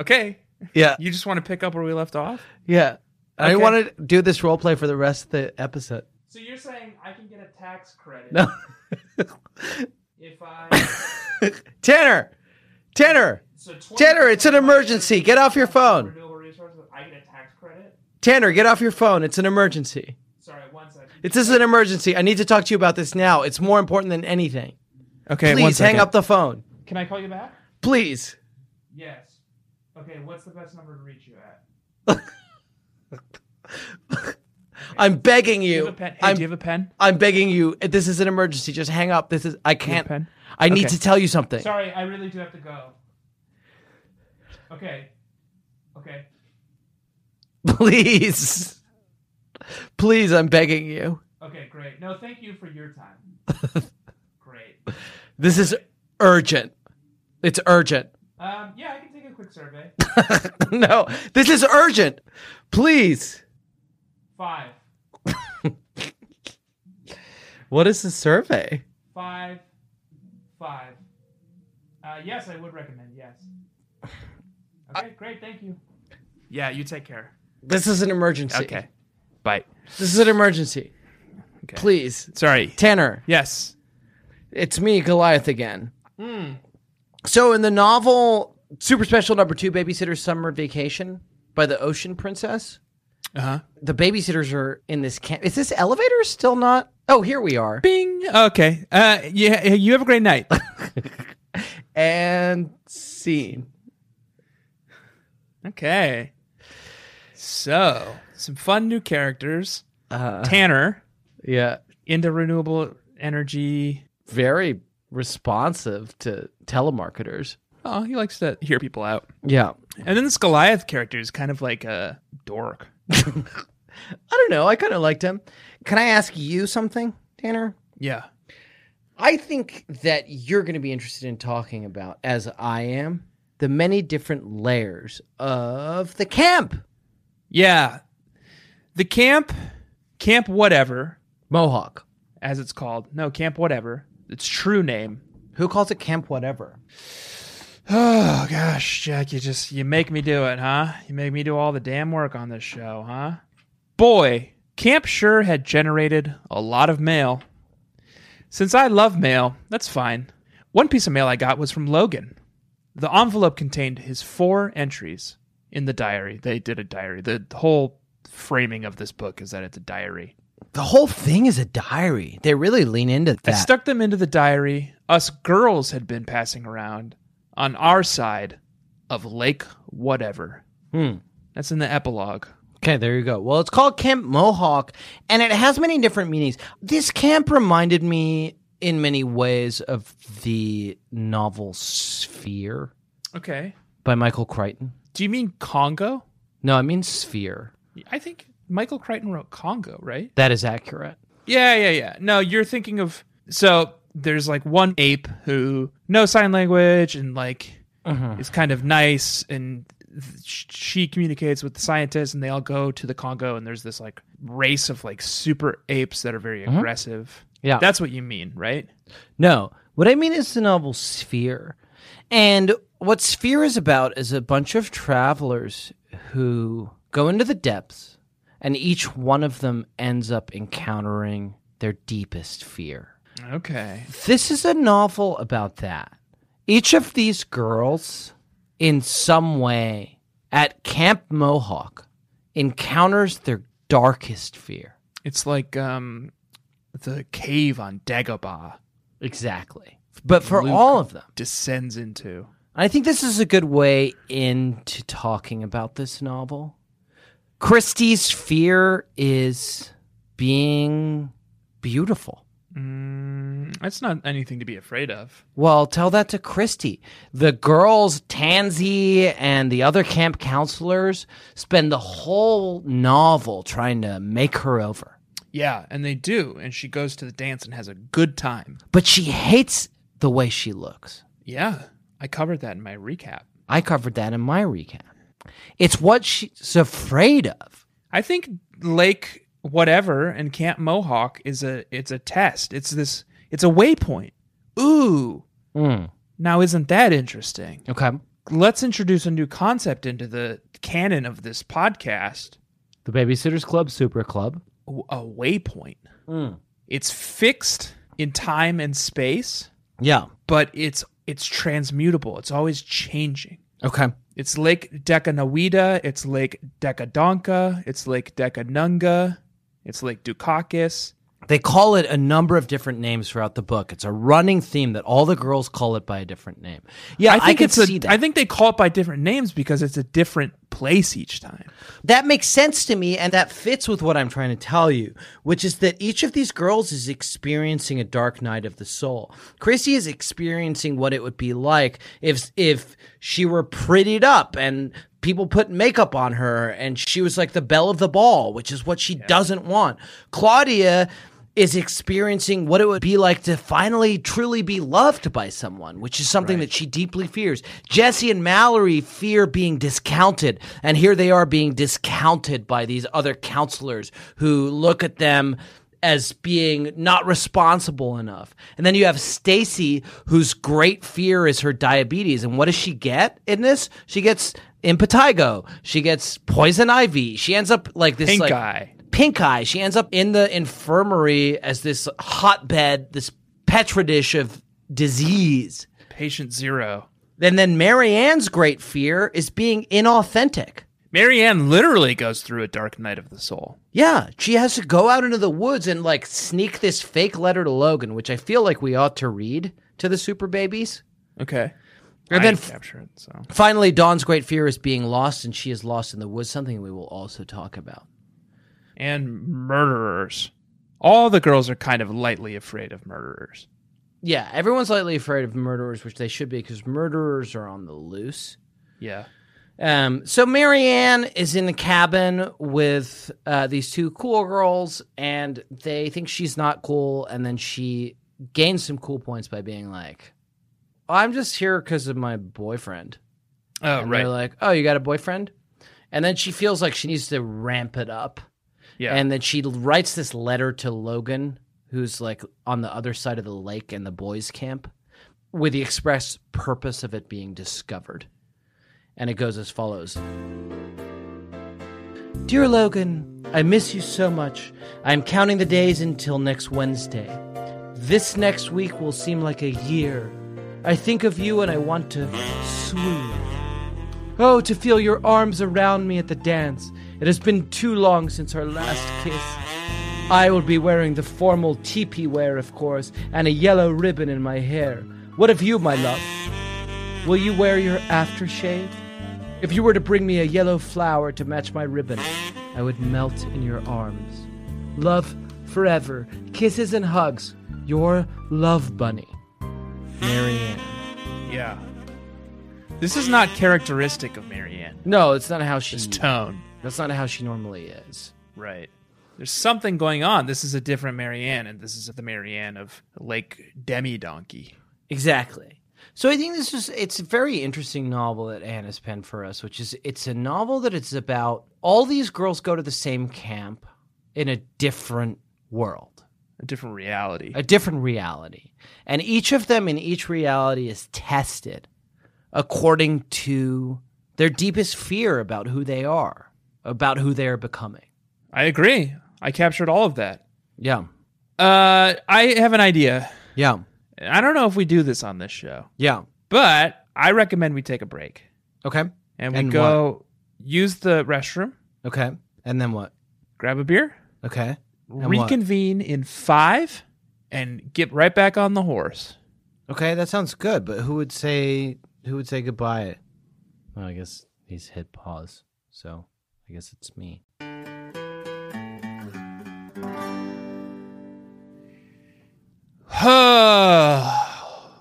[SPEAKER 4] okay.
[SPEAKER 3] Yeah.
[SPEAKER 4] You just want to pick up where we left off?
[SPEAKER 3] Yeah. I
[SPEAKER 4] Okay.
[SPEAKER 3] want to do this role play for the rest of the episode.
[SPEAKER 4] So you're saying I can get a tax credit
[SPEAKER 3] No. [laughs]
[SPEAKER 4] if I.
[SPEAKER 3] Tanner. Tanner.
[SPEAKER 4] So 20
[SPEAKER 3] Tanner, it's an emergency. Get off your phone.
[SPEAKER 4] Renewable resources, I get a tax credit?
[SPEAKER 3] Tanner, get off your phone. It's an emergency.
[SPEAKER 4] Sorry, one second.
[SPEAKER 3] It's, this is an emergency. I need to talk to you about this now. It's more important than anything.
[SPEAKER 4] Okay,
[SPEAKER 3] Please hang up the phone.
[SPEAKER 4] Can I call you back?
[SPEAKER 3] Please.
[SPEAKER 4] Yes. Okay, what's the best number to reach you at?
[SPEAKER 3] [laughs] I'm begging
[SPEAKER 4] Do you
[SPEAKER 3] you.
[SPEAKER 4] have a pen? Hey,
[SPEAKER 3] I'm,
[SPEAKER 4] do you have a pen?
[SPEAKER 3] I'm begging you. This is an emergency. Just hang up. This is I
[SPEAKER 4] you have
[SPEAKER 3] can't.
[SPEAKER 4] a pen?
[SPEAKER 3] I need
[SPEAKER 4] Okay.
[SPEAKER 3] to tell you something.
[SPEAKER 4] Sorry, I really do have to go. Okay. Okay.
[SPEAKER 3] [laughs] Please. Please, I'm begging you.
[SPEAKER 4] Okay, great. No, thank you for your time. great.
[SPEAKER 3] This is urgent. It's urgent. [laughs]
[SPEAKER 4] Um, yeah, I can take a quick survey.
[SPEAKER 3] no, this is urgent. Please.
[SPEAKER 4] Five.
[SPEAKER 3] What is the survey?
[SPEAKER 4] Five. Five. Uh, yes, I would recommend. Yes. Okay, great. Thank you. Yeah, you take care.
[SPEAKER 3] This is an emergency.
[SPEAKER 4] Okay. Bye.
[SPEAKER 3] This is an emergency. Please.
[SPEAKER 4] Sorry.
[SPEAKER 3] Tanner,
[SPEAKER 4] Yes.
[SPEAKER 3] it's me, Goliath, again. Hmm. So, in the novel Super Special Number Two Babysitter's Summer Vacation by the Ocean Princess,
[SPEAKER 4] Uh huh.
[SPEAKER 3] the babysitters are in this camp. Is this elevator still not? Oh, here we are.
[SPEAKER 4] Bing. Okay. Uh, yeah. You have a great night.
[SPEAKER 3] And scene.
[SPEAKER 4] okay. So, some fun new characters. Tanner
[SPEAKER 3] Yeah.
[SPEAKER 4] into renewable energy.
[SPEAKER 3] Very responsive to telemarketers.
[SPEAKER 4] Oh, he likes to hear people out.
[SPEAKER 3] Yeah. [laughs]
[SPEAKER 4] And then this Goliath character is kind of like a dork.
[SPEAKER 3] I don't know. I kind of liked him. Can I ask you something, Tanner?
[SPEAKER 4] Yeah.
[SPEAKER 3] I think that you're going to be interested in talking about, as I am, the many different layers of the camp.
[SPEAKER 4] Yeah. The camp, Camp Whatever,
[SPEAKER 3] Mohawk.
[SPEAKER 4] as it's called. No, Camp Whatever. Its true name.
[SPEAKER 3] Who calls it camp whatever?
[SPEAKER 4] Oh, gosh, Jack, you just, you make me do it, huh? You make me do all the damn work on this show, huh? Boy, Camp sure had generated a lot of mail. Since I love mail, that's fine. One piece of mail I got was from Logan. The envelope contained his four entries in the diary. They did a diary. The whole framing of this book is that it's a diary.
[SPEAKER 3] The whole thing is a diary. They really lean into
[SPEAKER 4] I
[SPEAKER 3] that.
[SPEAKER 4] stuck them into the diary us girls had been passing around on our side of Lake Whatever.
[SPEAKER 3] Hmm.
[SPEAKER 4] That's in the epilogue.
[SPEAKER 3] Okay, there you go. Well, it's called Camp Mohawk, and it has many different meanings. This camp reminded me in many ways of the novel Sphere
[SPEAKER 4] Okay.
[SPEAKER 3] by Michael Crichton.
[SPEAKER 4] Do you mean Congo?
[SPEAKER 3] No, I mean Sphere.
[SPEAKER 4] I think Michael Crichton wrote Congo, right?
[SPEAKER 3] That is accurate.
[SPEAKER 4] Yeah, yeah, yeah. No, you're thinking of so there's like one ape who no sign language and like is kind of nice and th- sh- she communicates with the scientists and they all go to the Congo and there's this like race of like super apes that are very aggressive.
[SPEAKER 3] Yeah.
[SPEAKER 4] That's what you mean, right?
[SPEAKER 3] No, what I mean is the novel Sphere. And what Sphere is about is a bunch of travelers who go into the depths, and each one of them ends up encountering their deepest fear.
[SPEAKER 4] Okay.
[SPEAKER 3] This is a novel about that. Each of these girls, in some way, at Camp Mohawk, encounters their darkest fear.
[SPEAKER 4] It's like um the cave on Dagobah
[SPEAKER 3] Exactly. But for
[SPEAKER 4] Luke.
[SPEAKER 3] all of them.
[SPEAKER 4] descends into.
[SPEAKER 3] I think this is a good way into talking about this novel. Christie's fear is being beautiful.
[SPEAKER 4] Mm, that's not anything to be afraid of.
[SPEAKER 3] Well, tell that to Christy. The girls, Tansy and the other camp counselors, spend the whole novel trying to make her over.
[SPEAKER 4] Yeah, and they do. And she goes to the dance and has a good time.
[SPEAKER 3] But she hates the way she looks.
[SPEAKER 4] Yeah, I covered that in my recap.
[SPEAKER 3] I covered that in my recap. It's what she's afraid of.
[SPEAKER 4] I think Lake whatever and Camp Mohawk is a it's a test. It's this it's a waypoint. Ooh, now isn't that interesting?
[SPEAKER 3] Hmm, Okay.
[SPEAKER 4] Let's introduce a new concept into the canon of this podcast.
[SPEAKER 3] The Babysitters Club, Super Club.
[SPEAKER 4] w- a waypoint. It's fixed in time and space,
[SPEAKER 3] Yeah.
[SPEAKER 4] but it's it's transmutable. It's always changing.
[SPEAKER 3] Okay.
[SPEAKER 4] It's Lake Decanawida, it's Lake Decadonka, it's Lake Decanunga, it's Lake Dukakis.
[SPEAKER 3] They call it a number of different names throughout the book. It's a running theme that all the girls call it by a different name. Yeah, I think
[SPEAKER 4] it's
[SPEAKER 3] could see
[SPEAKER 4] a,
[SPEAKER 3] that.
[SPEAKER 4] I think they call it by different names because it's a different place each time.
[SPEAKER 3] that makes sense to me and that fits with what i'm trying to tell you which is that each of these girls is experiencing a dark night of the soul chrissy is experiencing what it would be like if if she were prettied up and people put makeup on her and she was like the belle of the ball which is what she doesn't want claudia is experiencing what it would be like to finally truly be loved by someone, which is something that she deeply fears. Jesse and Mallory fear being discounted, and here they are being discounted by these other counselors who look at them as being not responsible enough. And then you have Stacy whose great fear is her diabetes. And what does she get in this? She gets impetigo. She gets poison ivy. She ends up like this
[SPEAKER 4] Pink
[SPEAKER 3] like,
[SPEAKER 4] eye.
[SPEAKER 3] Pink Eye. She ends up in the infirmary as this hotbed, this petri dish of disease.
[SPEAKER 4] Patient zero.
[SPEAKER 3] And then Marianne's great fear is being inauthentic.
[SPEAKER 4] Marianne literally goes through a dark night of the soul.
[SPEAKER 3] Yeah, she has to go out into the woods and like sneak this fake letter to Logan, which I feel like we ought to read to the super babies.
[SPEAKER 4] Okay.
[SPEAKER 3] And
[SPEAKER 4] I
[SPEAKER 3] then
[SPEAKER 4] didn't capture it, so.
[SPEAKER 3] Finally, Dawn's great fear is being lost, and she is lost in the woods, something we will also talk about.
[SPEAKER 4] and murderers. All the girls are kind of lightly afraid of murderers.
[SPEAKER 3] Yeah, everyone's lightly afraid of murderers, which they should be because murderers are on the loose.
[SPEAKER 4] Yeah.
[SPEAKER 3] Um, so Marianne is in the cabin with uh, these two cool girls, and they think she's not cool, and then she gains some cool points by being like, "I'm just here because of my boyfriend."
[SPEAKER 4] Oh,
[SPEAKER 3] And
[SPEAKER 4] right.
[SPEAKER 3] They're like, "Oh, you got a boyfriend?" And then she feels like she needs to ramp it up,
[SPEAKER 4] yeah.
[SPEAKER 3] and then she writes this letter to Logan, who's like on the other side of the lake in the boys' camp, with the express purpose of it being discovered. And it goes as follows Dear Logan, I miss you so much. I'm counting the days until next Wednesday. This next week will seem like a year, I think of you and I want to swoon. Oh, to feel your arms around me at the dance. It has been too long since our last kiss. I will be wearing the formal teepee wear, of course, and a yellow ribbon in my hair. What of you, my love? Will you wear your aftershave? If you were to bring me a yellow flower to match my ribbon, I would melt in your arms. Love forever. Kisses and hugs. Your love bunny. Marianne.
[SPEAKER 4] Yeah. This is not characteristic of Marianne.
[SPEAKER 3] No, it's not how she's
[SPEAKER 4] This tone.
[SPEAKER 3] That's not how she normally is.
[SPEAKER 4] Right. There's something going on. This is a different Marianne, and this is the Marianne of Lake Demi Donkey.
[SPEAKER 3] Exactly. So I think this is it's a very interesting novel that Anne has penned for us, which is it's a novel that it's about all these girls go to the same camp in a different world.
[SPEAKER 4] A different reality.
[SPEAKER 3] a different reality. And each of them in each reality is tested according to their deepest fear about who they are, about who they are becoming.
[SPEAKER 4] I agree. I captured all of that.
[SPEAKER 3] Yeah.
[SPEAKER 4] Uh, I have an idea.
[SPEAKER 3] Yeah.
[SPEAKER 4] I don't know if we do this on this show,
[SPEAKER 3] Yeah.
[SPEAKER 4] but I recommend we take a break
[SPEAKER 3] Okay.
[SPEAKER 4] and we
[SPEAKER 3] And
[SPEAKER 4] go use the restroom,
[SPEAKER 3] Okay. And then what?
[SPEAKER 4] grab a beer,
[SPEAKER 3] Okay. And what?
[SPEAKER 4] reconvene in five, and get right back on the horse.
[SPEAKER 3] Okay, that sounds good, but who would say who would say goodbye? Well, I guess he's hit pause. So, I guess it's me.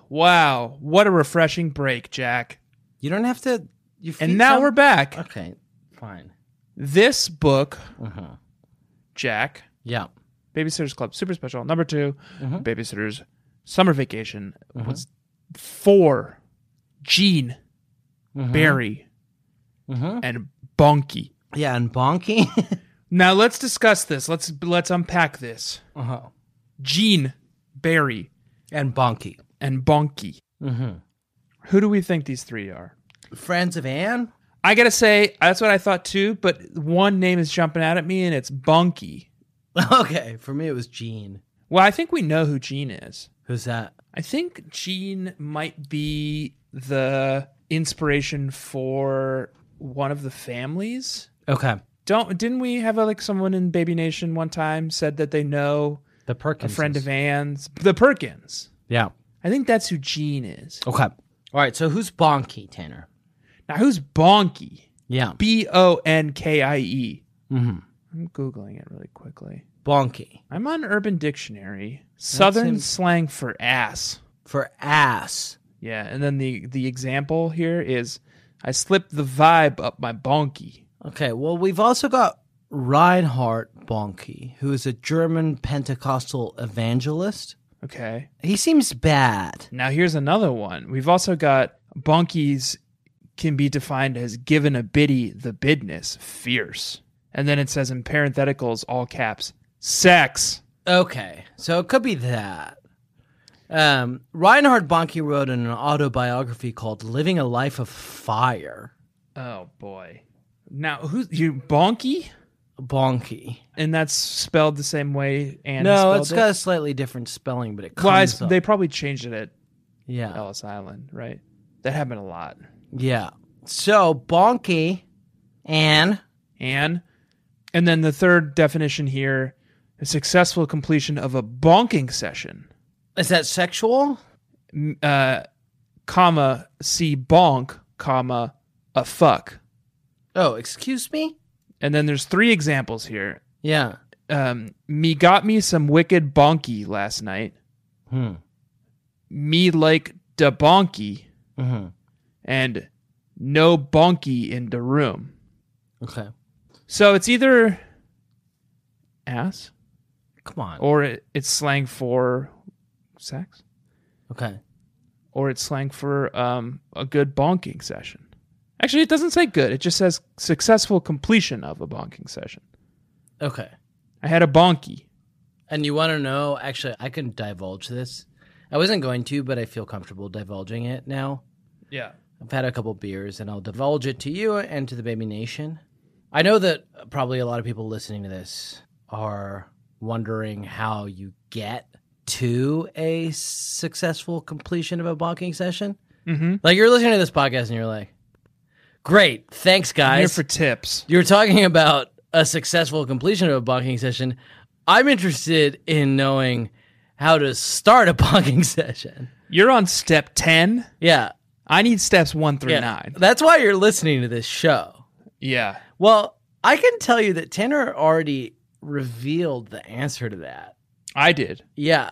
[SPEAKER 4] wow. What a refreshing break, Jack.
[SPEAKER 3] You don't have to you
[SPEAKER 4] And now we're back.
[SPEAKER 3] Okay. Fine.
[SPEAKER 4] This book,
[SPEAKER 3] Mhm.
[SPEAKER 4] Jack,
[SPEAKER 3] Yeah.
[SPEAKER 4] Babysitter's Club Super Special, number 2 Babysitter's Summer Vacation, was for Gene, Barry, and Bonky.
[SPEAKER 3] Yeah, and [laughs] Bonky.
[SPEAKER 4] Now let's discuss this. Let's let's unpack this.
[SPEAKER 3] uh-huh.
[SPEAKER 4] Gene, Barry,
[SPEAKER 3] And Bonky.
[SPEAKER 4] and Bonky. Who do we think these three are?
[SPEAKER 3] Friends of Anne? [laughs]
[SPEAKER 4] I gotta say that's what I thought too. But one name is jumping out at me, and it's Bonky.
[SPEAKER 3] Okay, for me it was Gene.
[SPEAKER 4] Well, I think we know who Gene is.
[SPEAKER 3] Who's that?
[SPEAKER 4] I think Gene might be the inspiration for one of the families.
[SPEAKER 3] Okay.
[SPEAKER 4] Don't didn't we have uh, like someone in Baby Nation one time said that they know
[SPEAKER 3] The
[SPEAKER 4] a
[SPEAKER 3] Perkins.
[SPEAKER 4] friend of Anne's, the Perkins.
[SPEAKER 3] Yeah.
[SPEAKER 4] I think that's who Gene is.
[SPEAKER 3] Okay. All right, so who's Bonky, Tanner?
[SPEAKER 4] Now who's Bonky?
[SPEAKER 3] Yeah.
[SPEAKER 4] B O N K I E. I'm googling it really quickly.
[SPEAKER 3] Mm-hmm. Bonky.
[SPEAKER 4] I'm on Urban Dictionary. Southern
[SPEAKER 3] him.
[SPEAKER 4] slang for ass.
[SPEAKER 3] For ass.
[SPEAKER 4] Yeah, and then the the example here is I slipped the vibe up my bonky.
[SPEAKER 3] Okay, well, we've also got Reinhard Bonky, who is a German Pentecostal evangelist.
[SPEAKER 4] Okay.
[SPEAKER 3] He seems bad.
[SPEAKER 4] Now here's another one. We've also got bonkies can be defined as given a biddy the bidness, fierce. And then it says in parentheticals, all caps, sex.
[SPEAKER 3] Okay, so it could be that. Um, Reinhard Bonke wrote in an autobiography called "Living a Life of Fire."
[SPEAKER 4] Oh boy. Now who's you bonky?
[SPEAKER 3] Bonke.
[SPEAKER 4] And that's spelled the same way and
[SPEAKER 3] No, it's got
[SPEAKER 4] it?
[SPEAKER 3] a slightly different spelling, but it comes
[SPEAKER 4] Well, I s-
[SPEAKER 3] up.
[SPEAKER 4] they probably changed it at
[SPEAKER 3] yeah,
[SPEAKER 4] Ellis Island, right? That happened a lot.
[SPEAKER 3] yeah. So Bonke and
[SPEAKER 4] And and then the third definition here, the successful completion of a bonking session,
[SPEAKER 3] is that sexual?
[SPEAKER 4] m- uh, comma c bonk, comma a fuck.
[SPEAKER 3] Oh, excuse me.
[SPEAKER 4] And then there's three examples here.
[SPEAKER 3] Yeah.
[SPEAKER 4] Um, me got me some wicked bonky last night.
[SPEAKER 3] Hmm.
[SPEAKER 4] Me like da bonky
[SPEAKER 3] hmm
[SPEAKER 4] and no bonky in the room.
[SPEAKER 3] Okay.
[SPEAKER 4] So it's either ass
[SPEAKER 3] Come on.
[SPEAKER 4] or it, it's slang for sex.
[SPEAKER 3] Okay.
[SPEAKER 4] or it's slang for um, a good bonking session. Actually, it doesn't say good. It just says successful completion of a bonking session.
[SPEAKER 3] Okay.
[SPEAKER 4] I had a bonky.
[SPEAKER 3] And you want to know? Actually, I can divulge this. I wasn't going to, but I feel comfortable divulging it now.
[SPEAKER 4] Yeah.
[SPEAKER 3] I've had a couple beers, and I'll divulge it to you and to the Baby Nation. I know that probably a lot of people listening to this are wondering how you get
[SPEAKER 8] to a successful completion of a bonking session.
[SPEAKER 3] Like you're listening to this podcast and you're like, "Great, thanks,
[SPEAKER 4] I'm here
[SPEAKER 3] guys."
[SPEAKER 4] for tips.
[SPEAKER 3] you were talking about a successful completion of a bonking session. I'm interested in knowing how to start a [laughs] bonking session.
[SPEAKER 4] You're on step 10.
[SPEAKER 3] Yeah,
[SPEAKER 4] I need steps one through
[SPEAKER 3] yeah.
[SPEAKER 4] nine.
[SPEAKER 3] That's why you're listening to this show.
[SPEAKER 4] Yeah.
[SPEAKER 3] Well, I can tell you that Tanner already revealed the answer to that.
[SPEAKER 4] I did.
[SPEAKER 3] Yeah,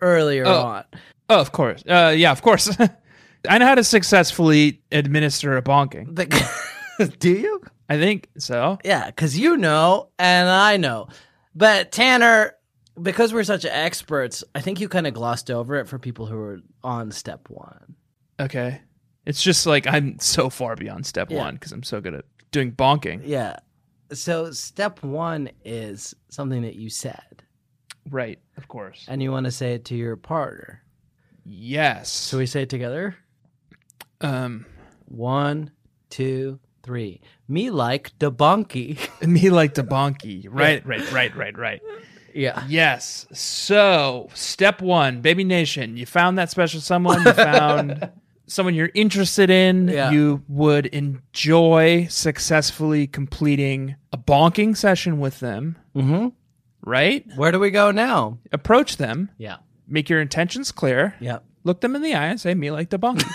[SPEAKER 3] earlier
[SPEAKER 4] Oh.
[SPEAKER 3] on.
[SPEAKER 4] Oh, of course. Uh, yeah, of course. [laughs] I know how to successfully administer a bonking.
[SPEAKER 3] The- [laughs] Do you?
[SPEAKER 4] I think so.
[SPEAKER 3] Yeah, because you know and I know. But Tanner, because we're such experts, I think you kind of glossed over it for people who were on step one.
[SPEAKER 4] Okay. It's just like I'm so far beyond step
[SPEAKER 3] Yeah.
[SPEAKER 4] one because I'm so good at doing bonking.
[SPEAKER 3] Yeah. So step one is something that you said,
[SPEAKER 4] Right. Of course.
[SPEAKER 3] and you want to say it to your partner.
[SPEAKER 4] Yes.
[SPEAKER 3] So we say it together.
[SPEAKER 4] um,
[SPEAKER 3] One, two, three. Me like the [laughs] bonky.
[SPEAKER 4] [laughs] me like the bonky. Right. Right. Right. Right. Right.
[SPEAKER 3] yeah.
[SPEAKER 4] Yes. So, step one, Baby Nation, you found that special someone,
[SPEAKER 3] [laughs]
[SPEAKER 4] you found someone you're interested in,
[SPEAKER 3] Yeah.
[SPEAKER 4] you would enjoy successfully completing a bonking session with them,
[SPEAKER 3] Mm-hmm.
[SPEAKER 4] right?
[SPEAKER 3] Where do we go now?
[SPEAKER 4] Approach them,
[SPEAKER 3] Yeah.
[SPEAKER 4] make your intentions clear,
[SPEAKER 3] Yeah.
[SPEAKER 4] look them in the eye, and say, Me like the
[SPEAKER 3] [laughs]
[SPEAKER 4] bonky.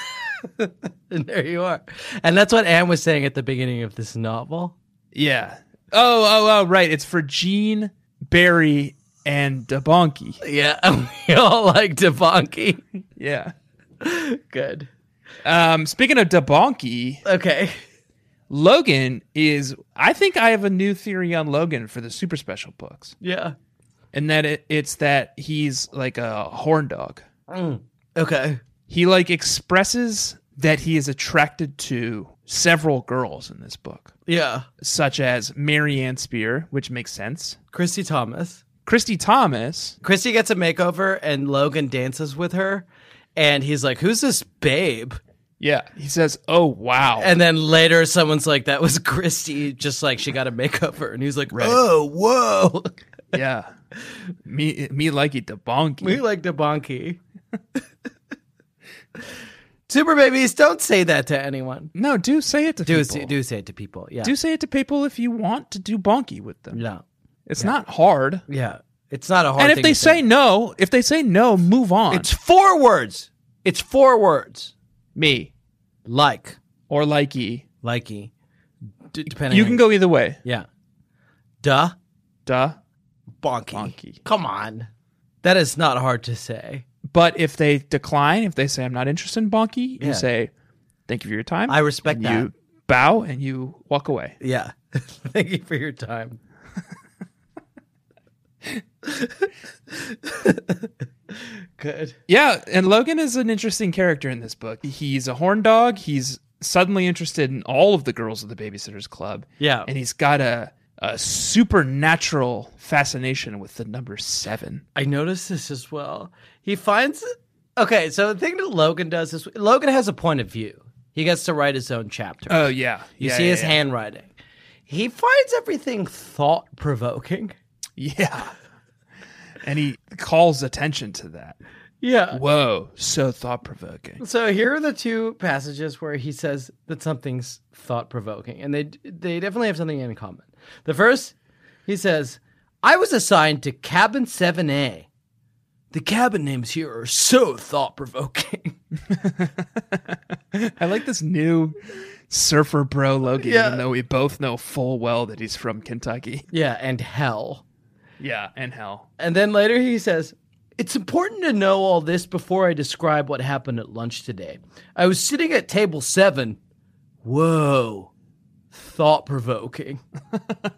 [SPEAKER 3] And [laughs] there you are. And that's what Anne was saying at the beginning of this novel.
[SPEAKER 4] yeah. Oh, oh, oh, right. It's for Gene, Barry, and Debonky.
[SPEAKER 3] Yeah, [laughs] we all like Debonky.
[SPEAKER 4] Yeah.
[SPEAKER 3] Good.
[SPEAKER 4] Um, speaking of Debonky,
[SPEAKER 3] Okay.
[SPEAKER 4] Logan is I think I have a new theory on Logan for the super special books.
[SPEAKER 3] Yeah.
[SPEAKER 4] And that it, it's that he's like a horn dog.
[SPEAKER 3] Okay.
[SPEAKER 4] He like expresses that he is attracted to several girls in this book,
[SPEAKER 3] Yeah.
[SPEAKER 4] such as Mary Ann Spear, which makes sense.
[SPEAKER 3] Christy Thomas.
[SPEAKER 4] Christy Thomas.
[SPEAKER 3] Christy gets a makeover and Logan dances with her. And he's like, Who's this babe?
[SPEAKER 4] Yeah. He says, Oh wow.
[SPEAKER 3] [laughs] And then later someone's like, That was Christy, just like she got a makeover. And he's like, Oh, whoa. [laughs]
[SPEAKER 4] yeah. Me me like it the bonky.
[SPEAKER 3] We like Debonky. [laughs] Super babies, don't say that to anyone.
[SPEAKER 4] no, do say it to
[SPEAKER 3] Do,
[SPEAKER 4] people.
[SPEAKER 3] do say it to people. Yeah.
[SPEAKER 4] do say it to people if you want to do bonky with them.
[SPEAKER 3] no.
[SPEAKER 4] It's not hard.
[SPEAKER 3] Yeah. It's not a hard
[SPEAKER 4] and
[SPEAKER 3] thing
[SPEAKER 4] if they
[SPEAKER 3] to
[SPEAKER 4] say no, if they say no, move on.
[SPEAKER 3] It's four words. It's four words.
[SPEAKER 4] me
[SPEAKER 3] Like,
[SPEAKER 4] or likey.
[SPEAKER 3] likey, d- depending.
[SPEAKER 4] You
[SPEAKER 3] on-
[SPEAKER 4] can go either way.
[SPEAKER 3] Yeah. Duh.
[SPEAKER 4] Duh.
[SPEAKER 3] Bonky.
[SPEAKER 4] Bonky.
[SPEAKER 3] Come on. That is not hard to say.
[SPEAKER 4] But if they decline, if they say I'm not interested in bonky,
[SPEAKER 3] Yeah.
[SPEAKER 4] you say thank you for your time.
[SPEAKER 3] I respect
[SPEAKER 4] and
[SPEAKER 3] that.
[SPEAKER 4] You bow and you walk away.
[SPEAKER 3] Yeah. [laughs] Thank you for your time.
[SPEAKER 4] [laughs]
[SPEAKER 3] Good.
[SPEAKER 4] Yeah, and Logan is an interesting character in this book. He's a horn dog. He's suddenly interested in all of the girls of the babysitters club.
[SPEAKER 3] Yeah.
[SPEAKER 4] And he's got a a supernatural fascination with the number 7.
[SPEAKER 3] I noticed this as well. He finds okay, so the thing that Logan does is Logan has a point of view. He gets to write his own chapter.
[SPEAKER 4] Oh yeah.
[SPEAKER 3] You
[SPEAKER 4] Yeah,
[SPEAKER 3] see
[SPEAKER 4] yeah,
[SPEAKER 3] his
[SPEAKER 4] yeah.
[SPEAKER 3] handwriting. He finds everything thought provoking.
[SPEAKER 4] Yeah. And he calls attention to that.
[SPEAKER 3] Yeah.
[SPEAKER 4] Whoa, so thought provoking.
[SPEAKER 3] So here are the two passages where he says that something's thought provoking, and they they definitely have something in common. The first, he says, "I was assigned to cabin seven A. The cabin names here are so thought provoking." [laughs]
[SPEAKER 4] I like this new surfer bro Logan,
[SPEAKER 3] Yeah.
[SPEAKER 4] even though we both know full well that he's from Kentucky.
[SPEAKER 3] yeah, and hell.
[SPEAKER 4] Yeah, and hell.
[SPEAKER 3] And then later he says, It's important to know all this before I describe what happened at lunch today. I was sitting at table seven. Whoa. Thought provoking. [laughs]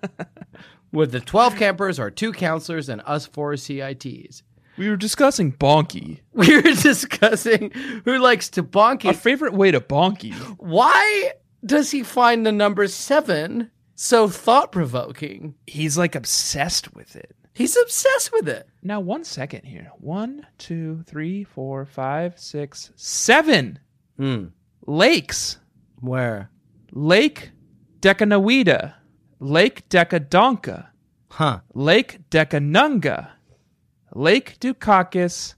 [SPEAKER 3] With the 12 campers, our two counselors, and us four CITs.
[SPEAKER 4] We were discussing bonky.
[SPEAKER 3] [laughs] We were discussing who likes to
[SPEAKER 4] Our
[SPEAKER 3] bonky.
[SPEAKER 4] favorite way to bonky.
[SPEAKER 3] Why does he find the number seven so thought provoking?
[SPEAKER 4] He's like obsessed with it.
[SPEAKER 3] He's obsessed with it.
[SPEAKER 4] Now, one second here. One, two, three, four, five, six, seven lakes.
[SPEAKER 3] Hmm. Where?
[SPEAKER 4] Lake Decanawida, Lake Decadonka,
[SPEAKER 3] Huh.
[SPEAKER 4] Lake Decanunga, Lake Dukakis,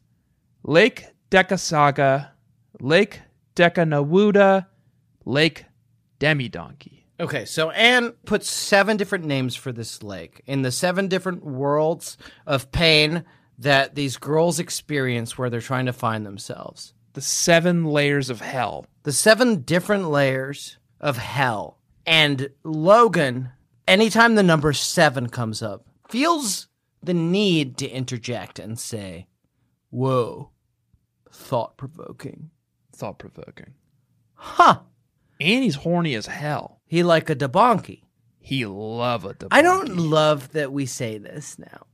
[SPEAKER 4] Lake Decasaga, Lake Decanawuda, Lake Demidonkey.
[SPEAKER 3] Okay, so Anne put seven different names for this lake in the seven different worlds of pain that these girls experience where they're trying to find themselves.
[SPEAKER 4] The seven layers of hell.
[SPEAKER 3] The seven different layers of hell. And Logan, anytime the number seven comes up, feels the need to interject and say, Whoa, thought provoking.
[SPEAKER 4] Thought provoking.
[SPEAKER 3] Huh,
[SPEAKER 4] And he's horny as hell.
[SPEAKER 3] he like a debonky.
[SPEAKER 4] He love a debonky.
[SPEAKER 3] I don't love that we say this now.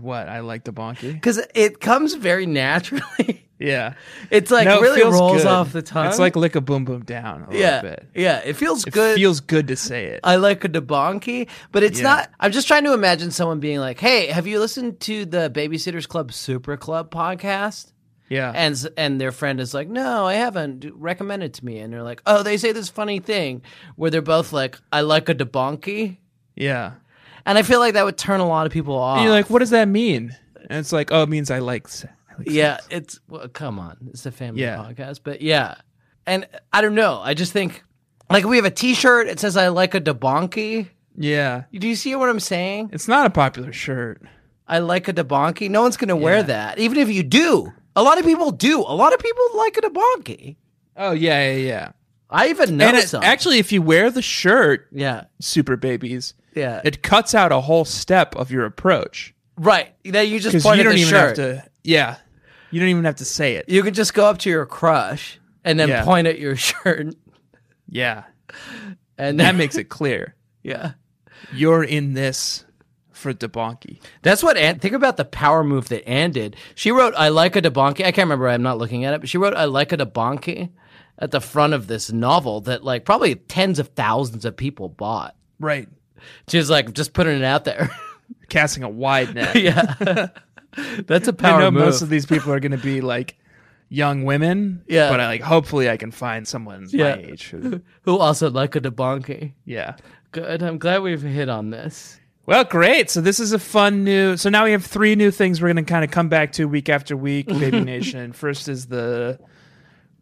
[SPEAKER 4] what I like debonky. [laughs]
[SPEAKER 3] because it comes very naturally. [laughs]
[SPEAKER 4] Yeah,
[SPEAKER 3] It's like
[SPEAKER 4] No, it
[SPEAKER 3] really
[SPEAKER 4] feels
[SPEAKER 3] rolls
[SPEAKER 4] good.
[SPEAKER 3] off the tongue.
[SPEAKER 4] It's like lick a boom boom down a
[SPEAKER 3] yeah,
[SPEAKER 4] little bit.
[SPEAKER 3] yeah, it feels
[SPEAKER 4] It
[SPEAKER 3] good. Uh,
[SPEAKER 4] feels good to say it.
[SPEAKER 3] I like a debonky, but it's
[SPEAKER 4] Yeah.
[SPEAKER 3] not. I'm just trying to imagine someone being like, "Hey, have you listened to the Babysitters Club Super Club podcast?"
[SPEAKER 4] yeah,
[SPEAKER 3] And s- and their friend is like, "No, I haven't. D- Recommend it to me." And they're like, "Oh, they say this funny thing where they're both like, I like a debonky."
[SPEAKER 4] yeah.
[SPEAKER 3] And I feel like that would turn a lot of people off.
[SPEAKER 4] And you're like, what does that mean? And it's like, oh, it means I like. se- I like
[SPEAKER 3] Yeah,
[SPEAKER 4] sex.
[SPEAKER 3] it's well, come on, it's a family
[SPEAKER 4] Yeah.
[SPEAKER 3] podcast, but yeah, and I don't know. I just think like we have a T-shirt. It says "I like a debonky."
[SPEAKER 4] yeah.
[SPEAKER 3] Do you see what I'm saying?
[SPEAKER 4] It's not a popular shirt.
[SPEAKER 3] I like a debonky. No one's gonna wear that, even if you do. A lot of people do. A lot of people like a debonky.
[SPEAKER 4] Oh yeah, yeah, yeah.
[SPEAKER 3] I even know
[SPEAKER 4] And it,
[SPEAKER 3] some.
[SPEAKER 4] actually, if you wear the shirt,
[SPEAKER 3] yeah,
[SPEAKER 4] super babies,
[SPEAKER 3] yeah,
[SPEAKER 4] it cuts out a whole step of your approach
[SPEAKER 3] right. Now you just
[SPEAKER 4] because
[SPEAKER 3] point
[SPEAKER 4] you
[SPEAKER 3] at
[SPEAKER 4] don't
[SPEAKER 3] the
[SPEAKER 4] even
[SPEAKER 3] shirt.
[SPEAKER 4] have to. Yeah, you don't even have to say it.
[SPEAKER 3] You can just go up to your crush and then
[SPEAKER 4] Yeah.
[SPEAKER 3] point at your [laughs] shirt,
[SPEAKER 4] Yeah,
[SPEAKER 3] and
[SPEAKER 4] that
[SPEAKER 3] then
[SPEAKER 4] makes it clear
[SPEAKER 3] [laughs] yeah.
[SPEAKER 4] you're in this for debonky.
[SPEAKER 3] That's what Ann. Think about the power move that Ann did. She wrote "I like a debonki." I can't remember. I'm not looking at it, but she wrote "I like a debonki" at the front of this novel that, like, probably tens of thousands of people bought.
[SPEAKER 4] Right,
[SPEAKER 3] She was like, just putting it out there. [laughs]
[SPEAKER 4] casting a wide net.
[SPEAKER 3] yeah, that's a
[SPEAKER 4] I
[SPEAKER 3] power
[SPEAKER 4] know
[SPEAKER 3] move.
[SPEAKER 4] most of these people are going to be like young women.
[SPEAKER 3] Yeah.
[SPEAKER 4] but I like hopefully I can find someone
[SPEAKER 3] Yeah.
[SPEAKER 4] my age. Who,
[SPEAKER 3] Who also like a debonki?
[SPEAKER 4] yeah.
[SPEAKER 5] Good. I'm glad we've hit on this.
[SPEAKER 4] Well, great. So this is a fun new. So now we have three new things we're going to kind of come back to week after
[SPEAKER 3] [laughs]
[SPEAKER 4] week, Baby Nation. First is the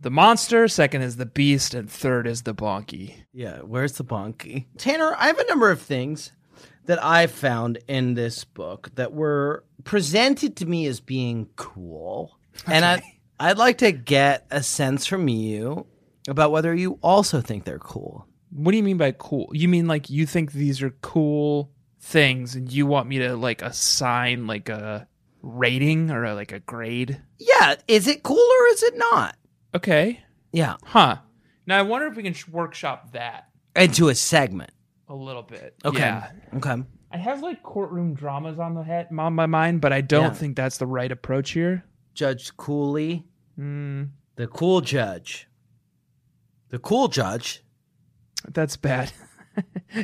[SPEAKER 4] the monster. Second is the beast, and third is the bonky.
[SPEAKER 5] Yeah. Where's the bonky?
[SPEAKER 3] Tanner, I have a number of things that I found in this book that were presented to me as being cool. And I I'd like to get a sense from you about whether you also think they're cool.
[SPEAKER 4] What do you mean by cool? You mean like you think these are cool things, and you want me to like assign like a rating or a, like a grade?
[SPEAKER 3] Yeah, is it cool or is it not?
[SPEAKER 4] Okay,
[SPEAKER 3] Yeah,
[SPEAKER 4] huh? Now I wonder if we can sh- workshop that
[SPEAKER 3] into a segment.
[SPEAKER 4] a little bit.
[SPEAKER 3] Okay.
[SPEAKER 4] Yeah.
[SPEAKER 3] Okay.
[SPEAKER 4] I have like courtroom dramas on the head on my mind, but I don't
[SPEAKER 3] Yeah.
[SPEAKER 4] think that's the right approach here.
[SPEAKER 3] Judge Cooley,
[SPEAKER 4] Hmm.
[SPEAKER 3] the cool judge. The cool judge.
[SPEAKER 4] That's bad. [laughs]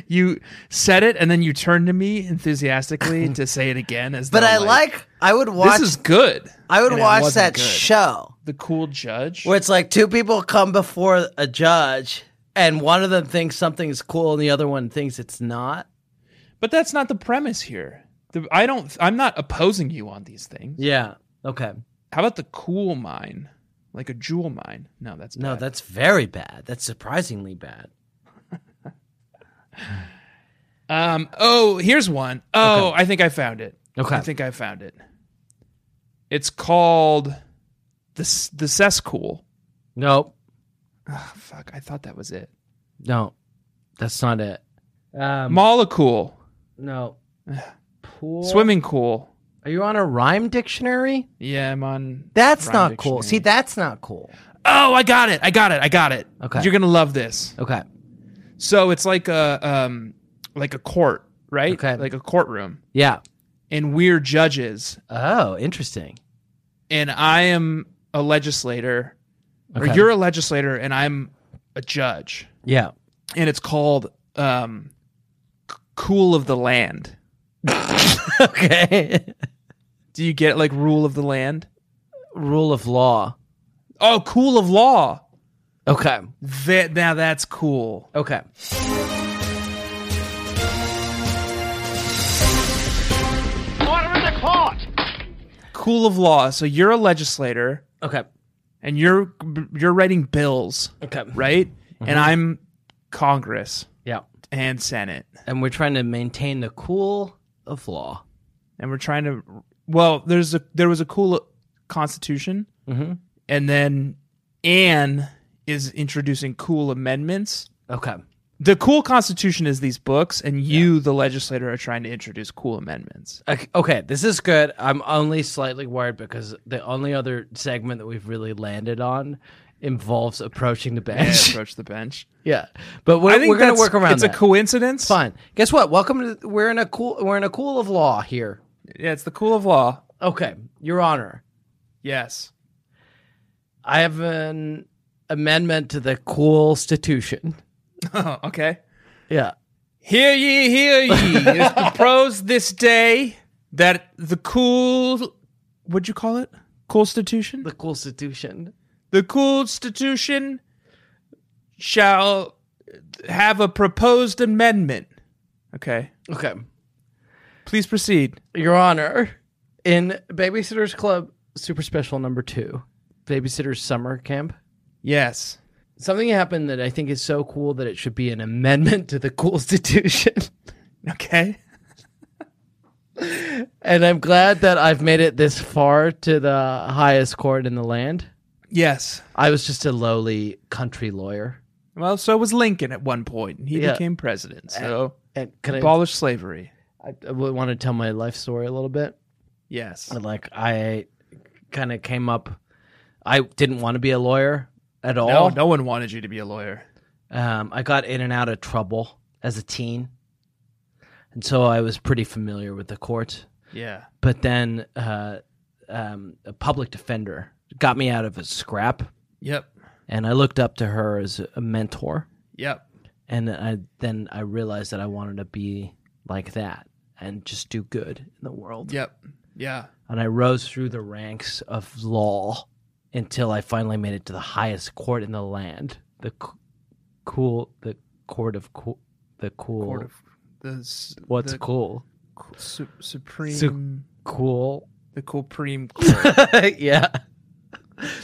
[SPEAKER 4] you said it and then you turned to me enthusiastically to say it again as
[SPEAKER 3] [laughs] But
[SPEAKER 4] though,
[SPEAKER 3] I like, I would watch
[SPEAKER 4] this is good.
[SPEAKER 3] I would
[SPEAKER 4] And it
[SPEAKER 3] watch
[SPEAKER 4] wasn't
[SPEAKER 3] that
[SPEAKER 4] good.
[SPEAKER 3] show.
[SPEAKER 4] The cool judge.
[SPEAKER 3] where it's like two people come before a judge and one of them thinks something's cool and the other one thinks it's not.
[SPEAKER 4] But that's not the premise here. The, I don't I'm not opposing you on these things.
[SPEAKER 3] Yeah. Okay.
[SPEAKER 4] How about the cool mine? Like a jewel mine. No, that's
[SPEAKER 3] No,
[SPEAKER 4] bad.
[SPEAKER 3] that's very bad. That's surprisingly bad.
[SPEAKER 4] Um. Oh, here's one. Oh, I think I found it.
[SPEAKER 3] Okay.
[SPEAKER 4] I think I found it. It's called the S- the Sescool.
[SPEAKER 3] Nope.
[SPEAKER 4] Oh, fuck, I thought that was it.
[SPEAKER 3] No. That's not it. Um,
[SPEAKER 4] Molecule,
[SPEAKER 3] [sighs] no. Pool.
[SPEAKER 4] swimming cool.
[SPEAKER 3] Are you on a rhyme dictionary?
[SPEAKER 4] Yeah, I'm on.
[SPEAKER 3] That's
[SPEAKER 4] Rhyme
[SPEAKER 3] not cool.
[SPEAKER 4] dictionary.
[SPEAKER 3] See, that's not cool.
[SPEAKER 4] Oh, I got it. I got it. I got it.
[SPEAKER 3] Okay.
[SPEAKER 4] You're gonna love this.
[SPEAKER 3] Okay.
[SPEAKER 4] So it's like a um, like a court, right?
[SPEAKER 3] Okay.
[SPEAKER 4] Like a courtroom,
[SPEAKER 3] Yeah.
[SPEAKER 4] and we're judges,
[SPEAKER 3] Oh, interesting.
[SPEAKER 4] and I am a legislator, or
[SPEAKER 3] Okay.
[SPEAKER 4] you're a legislator, and I'm a judge.
[SPEAKER 3] Yeah.
[SPEAKER 4] and it's called um, C- Cool of the Land.
[SPEAKER 3] [laughs] okay.
[SPEAKER 4] Do you get like Rule of the Land?
[SPEAKER 3] Rule of law.
[SPEAKER 4] Oh, Cool of Law.
[SPEAKER 3] Okay.
[SPEAKER 4] That now that's cool.
[SPEAKER 3] Okay.
[SPEAKER 4] cool of law. So you're a legislator
[SPEAKER 3] Okay.
[SPEAKER 4] and you're you're writing bills,
[SPEAKER 3] Okay.
[SPEAKER 4] right? And I'm Congress
[SPEAKER 3] Yeah.
[SPEAKER 4] and Senate.
[SPEAKER 3] And we're trying to maintain the cool of law.
[SPEAKER 4] and we're trying to well there's a there was a cool constitution and then anne is introducing cool amendments
[SPEAKER 3] Okay.
[SPEAKER 4] the cool constitution is these books and you the legislator are trying to introduce cool amendments
[SPEAKER 3] Okay- Okay, this is good. I'm only slightly worried because the only other segment that we've really landed on involves approaching the
[SPEAKER 4] [laughs]
[SPEAKER 3] bench.
[SPEAKER 4] approach the bench
[SPEAKER 3] [laughs] Yeah, but we're, we're going to
[SPEAKER 4] that's-
[SPEAKER 3] work around.
[SPEAKER 4] it's
[SPEAKER 3] that.
[SPEAKER 4] a coincidence
[SPEAKER 3] fine. Guess what? Welcome to we're in a cool we're in a cool of law here.
[SPEAKER 4] yeah it's the cool of law
[SPEAKER 3] Okay, Your Honor,
[SPEAKER 4] yes [laughs]
[SPEAKER 3] I have an amendment to the Constitution.
[SPEAKER 4] oh, okay
[SPEAKER 3] Yeah.
[SPEAKER 4] Hear ye, hear [laughs] ye. it is proposed this day that the cool, what'd you call it? Constitution?
[SPEAKER 3] The Constitution.
[SPEAKER 4] The Constitution shall have a proposed amendment. Okay.
[SPEAKER 3] Okay.
[SPEAKER 4] Please proceed.
[SPEAKER 3] Your Honor, in Babysitter's Club Super Special number 2, Babysitter's Summer Camp,
[SPEAKER 4] Yes.
[SPEAKER 3] something happened that I think is so cool that it should be an amendment to the Constitution. [laughs]
[SPEAKER 4] Okay.
[SPEAKER 3] and I'm glad that I've made it this far to the highest court in the land.
[SPEAKER 4] Yes.
[SPEAKER 3] I was just a lowly country lawyer.
[SPEAKER 4] Well, so was Lincoln at one point. and He
[SPEAKER 3] Yeah. Uh,
[SPEAKER 4] became president. So
[SPEAKER 3] And can I,
[SPEAKER 4] abolish slavery.
[SPEAKER 3] I, I want to tell my life story a little bit.
[SPEAKER 4] Yes.
[SPEAKER 3] But, like I kind of came up. I didn't want to be a lawyer at
[SPEAKER 4] No,
[SPEAKER 3] all.
[SPEAKER 4] no one wanted you to be a lawyer.
[SPEAKER 3] Um, I got in and out of trouble as a teen, and so I was pretty familiar with the court.
[SPEAKER 4] Yeah.
[SPEAKER 3] But then uh, um, a public defender got me out of a scrap,
[SPEAKER 4] Yep.
[SPEAKER 3] and I looked up to her as a mentor.
[SPEAKER 4] Yep.
[SPEAKER 3] And I then I realized that I wanted to be like that and just do good in the world.
[SPEAKER 4] Yep. Yeah.
[SPEAKER 3] and I rose through the ranks of law until I finally made it to the highest court in the land, the c- cool, the court of cool, the cool.
[SPEAKER 4] Court of the s-
[SPEAKER 3] what's
[SPEAKER 4] the
[SPEAKER 3] cool?
[SPEAKER 4] cu- su- supreme
[SPEAKER 3] Cool.
[SPEAKER 4] the supreme
[SPEAKER 3] [laughs]
[SPEAKER 4] court.
[SPEAKER 3] yeah.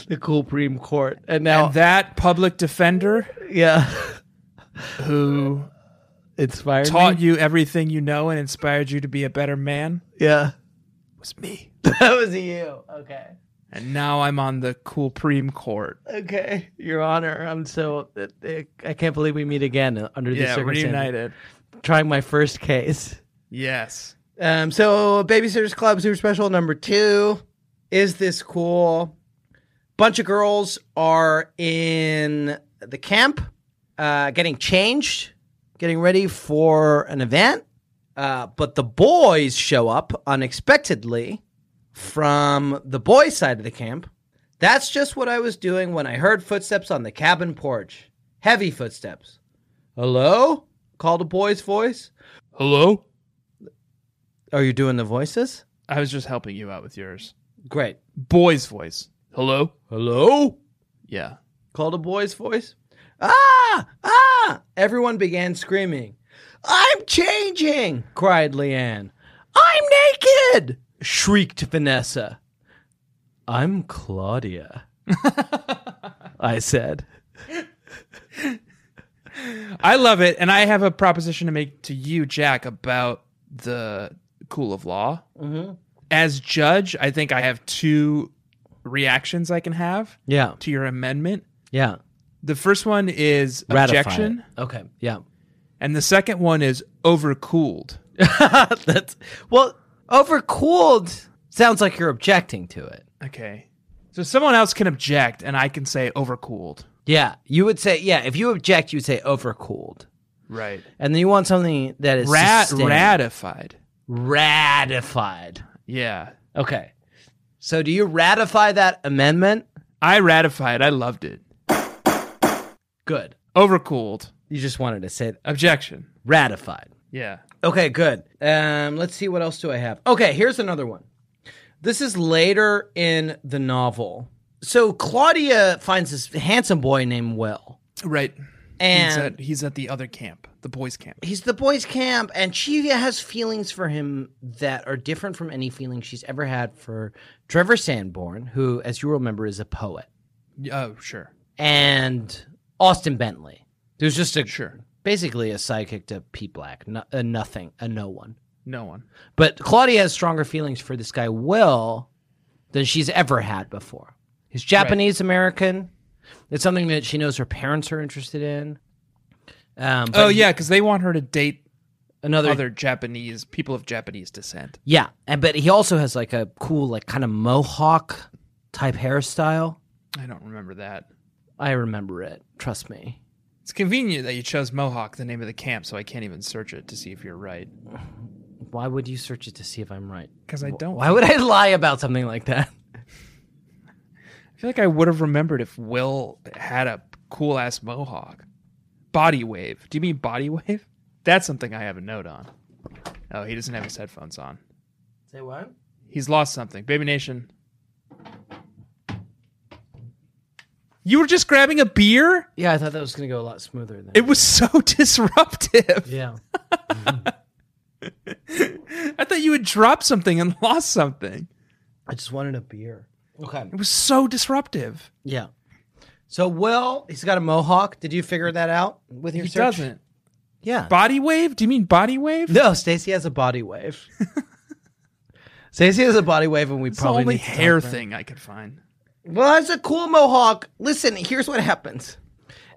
[SPEAKER 3] The cool Supreme Court, and now
[SPEAKER 4] and that public defender
[SPEAKER 3] [laughs] yeah,
[SPEAKER 4] who
[SPEAKER 3] inspired
[SPEAKER 4] taught
[SPEAKER 3] me.
[SPEAKER 4] you everything you know and inspired you to be a better man
[SPEAKER 3] Yeah,
[SPEAKER 4] was
[SPEAKER 3] [laughs]
[SPEAKER 4] me.
[SPEAKER 3] that was you. Okay,
[SPEAKER 4] And now I'm on the cool preem court.
[SPEAKER 3] okay, Your Honor, I'm so I can't believe we meet again under these
[SPEAKER 4] Yeah,
[SPEAKER 3] circumstances.
[SPEAKER 4] reunited.
[SPEAKER 3] Trying my first case.
[SPEAKER 4] Yes.
[SPEAKER 3] Um, so Babysitters Club Super Special number two is this cool. Bunch of girls are in the camp, uh, getting changed, getting ready for an event. Uh, but the boys show up unexpectedly from the boys' side of the camp. That's just what I was doing when I heard footsteps on the cabin porch. Heavy footsteps. Hello? called a boy's voice.
[SPEAKER 4] Hello?
[SPEAKER 3] Are you doing the voices?
[SPEAKER 4] I was just helping you out with yours.
[SPEAKER 3] Great.
[SPEAKER 4] Boy's voice. Hello?
[SPEAKER 3] Hello?
[SPEAKER 4] Yeah.
[SPEAKER 3] Called a boy's voice. Ah! Ah! Everyone began screaming. I'm changing! cried Leanne. I'm naked! shrieked Vanessa. I'm [laughs] Claudia, I said.
[SPEAKER 4] I love it. And I have a proposition to make to you, Jack, about the cool of law.
[SPEAKER 3] Mm-hmm.
[SPEAKER 4] As judge, I think I have two reactions I can have
[SPEAKER 3] Yeah,
[SPEAKER 4] to your amendment.
[SPEAKER 3] yeah.
[SPEAKER 4] The first one is
[SPEAKER 3] Ratify it.
[SPEAKER 4] objection,
[SPEAKER 3] Okay, yeah.
[SPEAKER 4] and the second one is overcooled.
[SPEAKER 3] [laughs] That's well, overcooled sounds like you're objecting to it.
[SPEAKER 4] Okay. So someone else can object, and I can say overcooled.
[SPEAKER 3] Yeah, you would say, yeah, if you object, you would say overcooled.
[SPEAKER 4] Right.
[SPEAKER 3] And then you want something that is
[SPEAKER 4] Rat
[SPEAKER 3] sustained.
[SPEAKER 4] ratified.
[SPEAKER 3] ratified.
[SPEAKER 4] Yeah.
[SPEAKER 3] Okay. So do you ratify that amendment?
[SPEAKER 4] I ratified. I loved it.
[SPEAKER 3] Good.
[SPEAKER 4] Overcooled.
[SPEAKER 3] You just wanted to say
[SPEAKER 4] Objection.
[SPEAKER 3] ratified.
[SPEAKER 4] Yeah.
[SPEAKER 3] Okay, good. Um, let's see what else do I have. Okay, here's another one. This is later in the novel. So Claudia finds this handsome boy named Will,
[SPEAKER 4] Right. he's
[SPEAKER 3] and
[SPEAKER 4] at he's at the other camp. the boys' camp.
[SPEAKER 3] he's the boys' camp, and she has feelings for him that are different from any feelings she's ever had for Trevor Sanborn, who, as you remember, is a poet,
[SPEAKER 4] Oh, sure.
[SPEAKER 3] and Austin Bentley. There's just a
[SPEAKER 4] Sure.
[SPEAKER 3] basically a psychic to Pete Black, no, a nothing, a no one.
[SPEAKER 4] No one.
[SPEAKER 3] But Claudia has stronger feelings for this guy Will than she's ever had before. He's Japanese American. It's something that she knows her parents are interested in. Um, but
[SPEAKER 4] Oh, yeah, because they want her to date
[SPEAKER 3] another
[SPEAKER 4] other Japanese people of Japanese descent.
[SPEAKER 3] Yeah, and but he also has like a cool, like kind of mohawk type hairstyle.
[SPEAKER 4] I don't remember that.
[SPEAKER 3] I remember it. Trust me.
[SPEAKER 4] It's convenient that you chose Mohawk, the name of the camp, so I can't even search it to see if you're right.
[SPEAKER 3] Why would you search it to see if I'm right?
[SPEAKER 4] Because I don't.
[SPEAKER 3] Why would I lie about something like that?
[SPEAKER 4] I feel like I would have remembered if Will had a cool ass Mohawk. Body wave. Do you mean body [laughs] wave? That's something I have a note on. Oh, he doesn't have his headphones on.
[SPEAKER 3] Say what?
[SPEAKER 4] He's lost something. Baby Nation. You were just grabbing a beer?
[SPEAKER 3] Yeah, I thought that was gonna go a lot smoother than
[SPEAKER 4] It was so [laughs]
[SPEAKER 3] [laughs]
[SPEAKER 4] disruptive.
[SPEAKER 3] yeah.
[SPEAKER 4] I thought you had dropped something and lost something.
[SPEAKER 3] I just wanted a beer. Okay.
[SPEAKER 4] It was so disruptive.
[SPEAKER 3] Yeah. So Will, he's got a mohawk. Did you figure that out with your
[SPEAKER 4] He
[SPEAKER 3] search?
[SPEAKER 4] doesn't.
[SPEAKER 3] Yeah.
[SPEAKER 4] Body wave? Do you mean body
[SPEAKER 3] [laughs]
[SPEAKER 4] wave?
[SPEAKER 3] no, Stacy has a body [laughs] wave. Stacy has a body wave, and we
[SPEAKER 4] it's the
[SPEAKER 3] probably
[SPEAKER 4] only
[SPEAKER 3] need to talk
[SPEAKER 4] hair
[SPEAKER 3] about it.
[SPEAKER 4] thing I could find.
[SPEAKER 3] Well, that's a cool mohawk. Listen, here's what happens.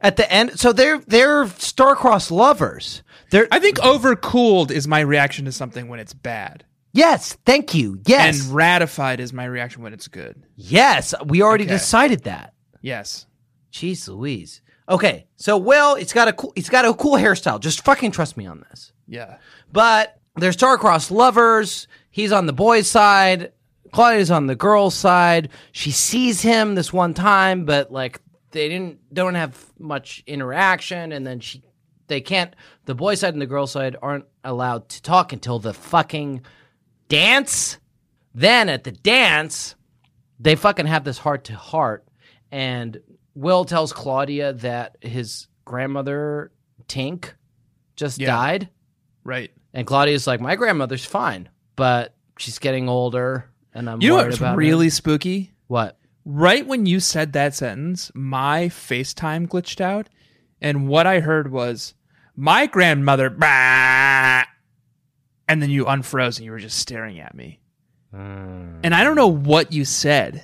[SPEAKER 3] At the end, so they're they're star-crossed lovers. They're
[SPEAKER 4] I think overcooled is my reaction to something when it's bad,
[SPEAKER 3] yes, thank you. Yes.
[SPEAKER 4] and ratified is my reaction when it's good.
[SPEAKER 3] yes, we already
[SPEAKER 4] Okay.
[SPEAKER 3] decided that.
[SPEAKER 4] Yes.
[SPEAKER 3] Jeez Louise. Okay, so Will, it's got a cool it's got a cool hairstyle. Just fucking trust me on this.
[SPEAKER 4] Yeah.
[SPEAKER 3] But they're star-crossed lovers. He's on the boy's side. Claudia's on the girl's side. She sees him this one time, but like they didn't don't have much interaction, and then she they can't the boy's side and the girl's side aren't allowed to talk until the fucking dance. Then at the dance, they fucking have this heart to heart. And Will tells Claudia that his grandmother, Tink, just
[SPEAKER 4] Yeah.
[SPEAKER 3] died.
[SPEAKER 4] Right.
[SPEAKER 3] And Claudia's like, my grandmother's fine, but she's getting older, and I'm
[SPEAKER 4] You know
[SPEAKER 3] worried
[SPEAKER 4] what's
[SPEAKER 3] about her."
[SPEAKER 4] really spooky?
[SPEAKER 3] what?
[SPEAKER 4] Right when you said that sentence, my FaceTime glitched out, and what I heard was my grandmother. "Bah!" And then you unfroze and you were just staring at me. And I don't know what you said.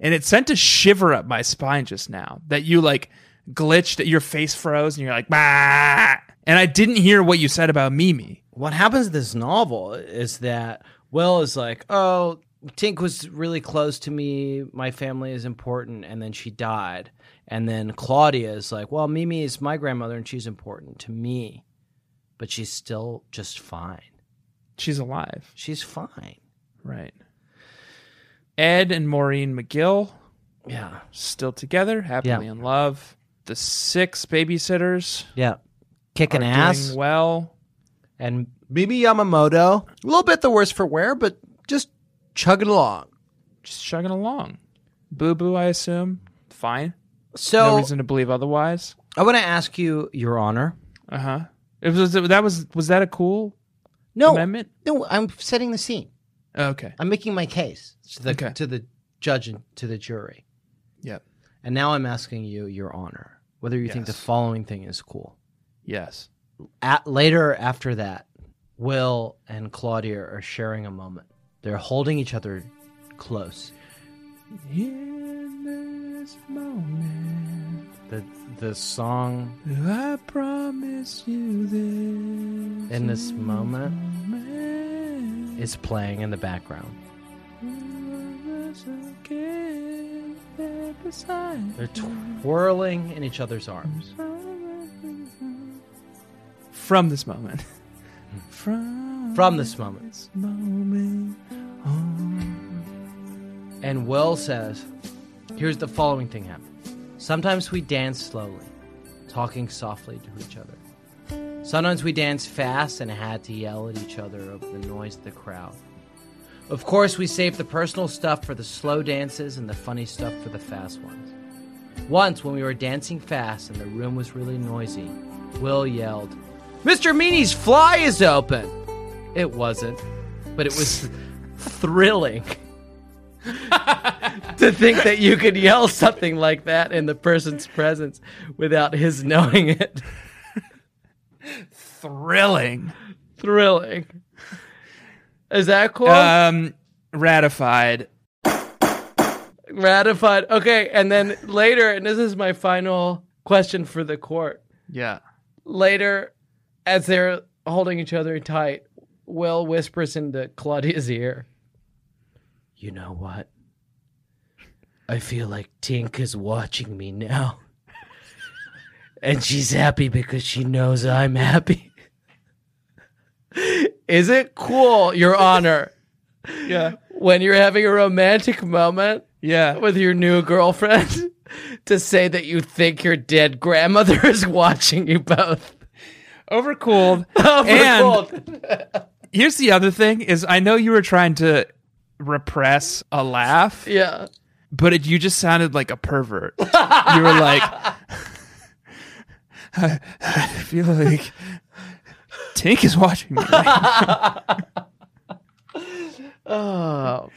[SPEAKER 4] And it sent a shiver up my spine just now that you like glitched, your face froze, and you're like, bah! and I didn't hear what you said about Mimi.
[SPEAKER 3] What happens in this novel is that Will is like, oh, Tink was really close to me. My family is important, and then she died. And then Claudia is like, well, Mimi is my grandmother, and she's important to me, but she's still just fine.
[SPEAKER 4] She's alive.
[SPEAKER 3] She's fine.
[SPEAKER 4] Right. Ed and Maureen McGill.
[SPEAKER 3] Yeah.
[SPEAKER 4] still together, happily in love. The six babysitters
[SPEAKER 3] Yeah. Kicking
[SPEAKER 4] are
[SPEAKER 3] ass.
[SPEAKER 4] doing well.
[SPEAKER 3] and Mimi Yamamoto, a little bit the worse for wear, but just chugging along.
[SPEAKER 4] Just chugging along. Boo Boo, I assume, fine.
[SPEAKER 3] So
[SPEAKER 4] no reason to believe otherwise.
[SPEAKER 3] I want to ask you, Your Honor.
[SPEAKER 4] Uh huh. It was that was was that a cool?
[SPEAKER 3] No,
[SPEAKER 4] Amendment? Oh,
[SPEAKER 3] no, I'm setting the scene.
[SPEAKER 4] Okay.
[SPEAKER 3] I'm making my case to the
[SPEAKER 4] Okay.
[SPEAKER 3] to the judge and to the jury,
[SPEAKER 4] Yep.
[SPEAKER 3] and now I'm asking you, Your Honor, whether you think the
[SPEAKER 4] Yes.
[SPEAKER 3] following thing is cool.
[SPEAKER 4] Yes.
[SPEAKER 3] At later after that, Will and Claudia are sharing a moment. They're holding each other close.
[SPEAKER 4] In this moment,
[SPEAKER 3] The the song
[SPEAKER 4] I promise you this.
[SPEAKER 3] in this moment
[SPEAKER 4] moment,
[SPEAKER 3] is playing in the background. They're twirling in each other's arms.
[SPEAKER 4] From this moment. Hmm. From,
[SPEAKER 3] From this moment.
[SPEAKER 4] this moment.
[SPEAKER 3] And Will says, Here's the following thing happened. Sometimes we dance slowly, talking softly to each other. Sometimes we danced fast and had to yell at each other over the noise of the crowd. Of course, we saved the personal stuff for the slow dances and the funny stuff for the fast ones. Once, when we were dancing fast and the room was really noisy, Will yelled, Mr. Meanie's fly is open. It wasn't, but it was [laughs] thrilling to think that you could yell something like that in the person's presence without his knowing it.
[SPEAKER 4] [laughs]
[SPEAKER 3] [laughs]
[SPEAKER 4] Thrilling.
[SPEAKER 3] thrilling. Is that cool?
[SPEAKER 4] Um, ratified.
[SPEAKER 3] Ratified. Okay, and then later, and this is my final question for the court.
[SPEAKER 4] Yeah.
[SPEAKER 3] Later, as they're holding each other tight, Will whispers into Claudia's ear. You know what? I feel like Tink is watching me now. And she's happy because she knows I'm happy. Is it cool, Your Honor,
[SPEAKER 4] Yeah.
[SPEAKER 3] when you're having a romantic moment
[SPEAKER 4] Yeah.
[SPEAKER 3] with your new girlfriend to say that you think your dead grandmother is watching you both.
[SPEAKER 4] [laughs] Overcooled. and
[SPEAKER 3] Overruled.
[SPEAKER 4] here's the other thing: is I know you were trying to repress a laugh,
[SPEAKER 3] yeah.
[SPEAKER 4] but it, you just sounded like a pervert. you were like, [laughs] I, I feel like Tink is watching me. right now."
[SPEAKER 3] Oh,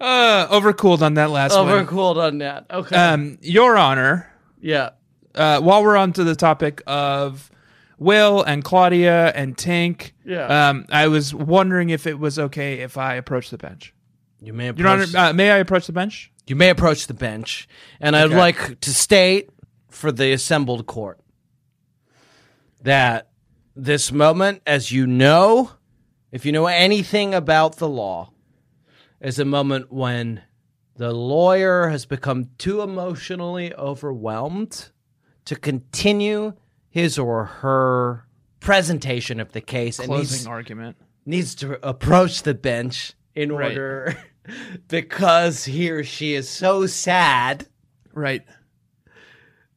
[SPEAKER 4] Uh, overcooled on that last one.
[SPEAKER 3] overcooled on that. Okay.
[SPEAKER 4] Um, Your Honor,
[SPEAKER 3] yeah.
[SPEAKER 4] uh, while we're on to the topic of Will and Claudia and Tink,
[SPEAKER 3] Yeah.
[SPEAKER 4] um, I was wondering if it was okay if I approach the bench.
[SPEAKER 3] You may approach,
[SPEAKER 4] Your Honor, uh, may I approach the bench?
[SPEAKER 3] you may approach the bench, and I'd like to state for the assembled court that this moment, as you know, if you know anything about the law, is a moment when the lawyer has become too emotionally overwhelmed to continue his or her presentation of the case and needs,
[SPEAKER 4] Closing argument.
[SPEAKER 3] needs to approach the bench in
[SPEAKER 4] Right.
[SPEAKER 3] order [laughs] because he or she is so sad,
[SPEAKER 4] Right.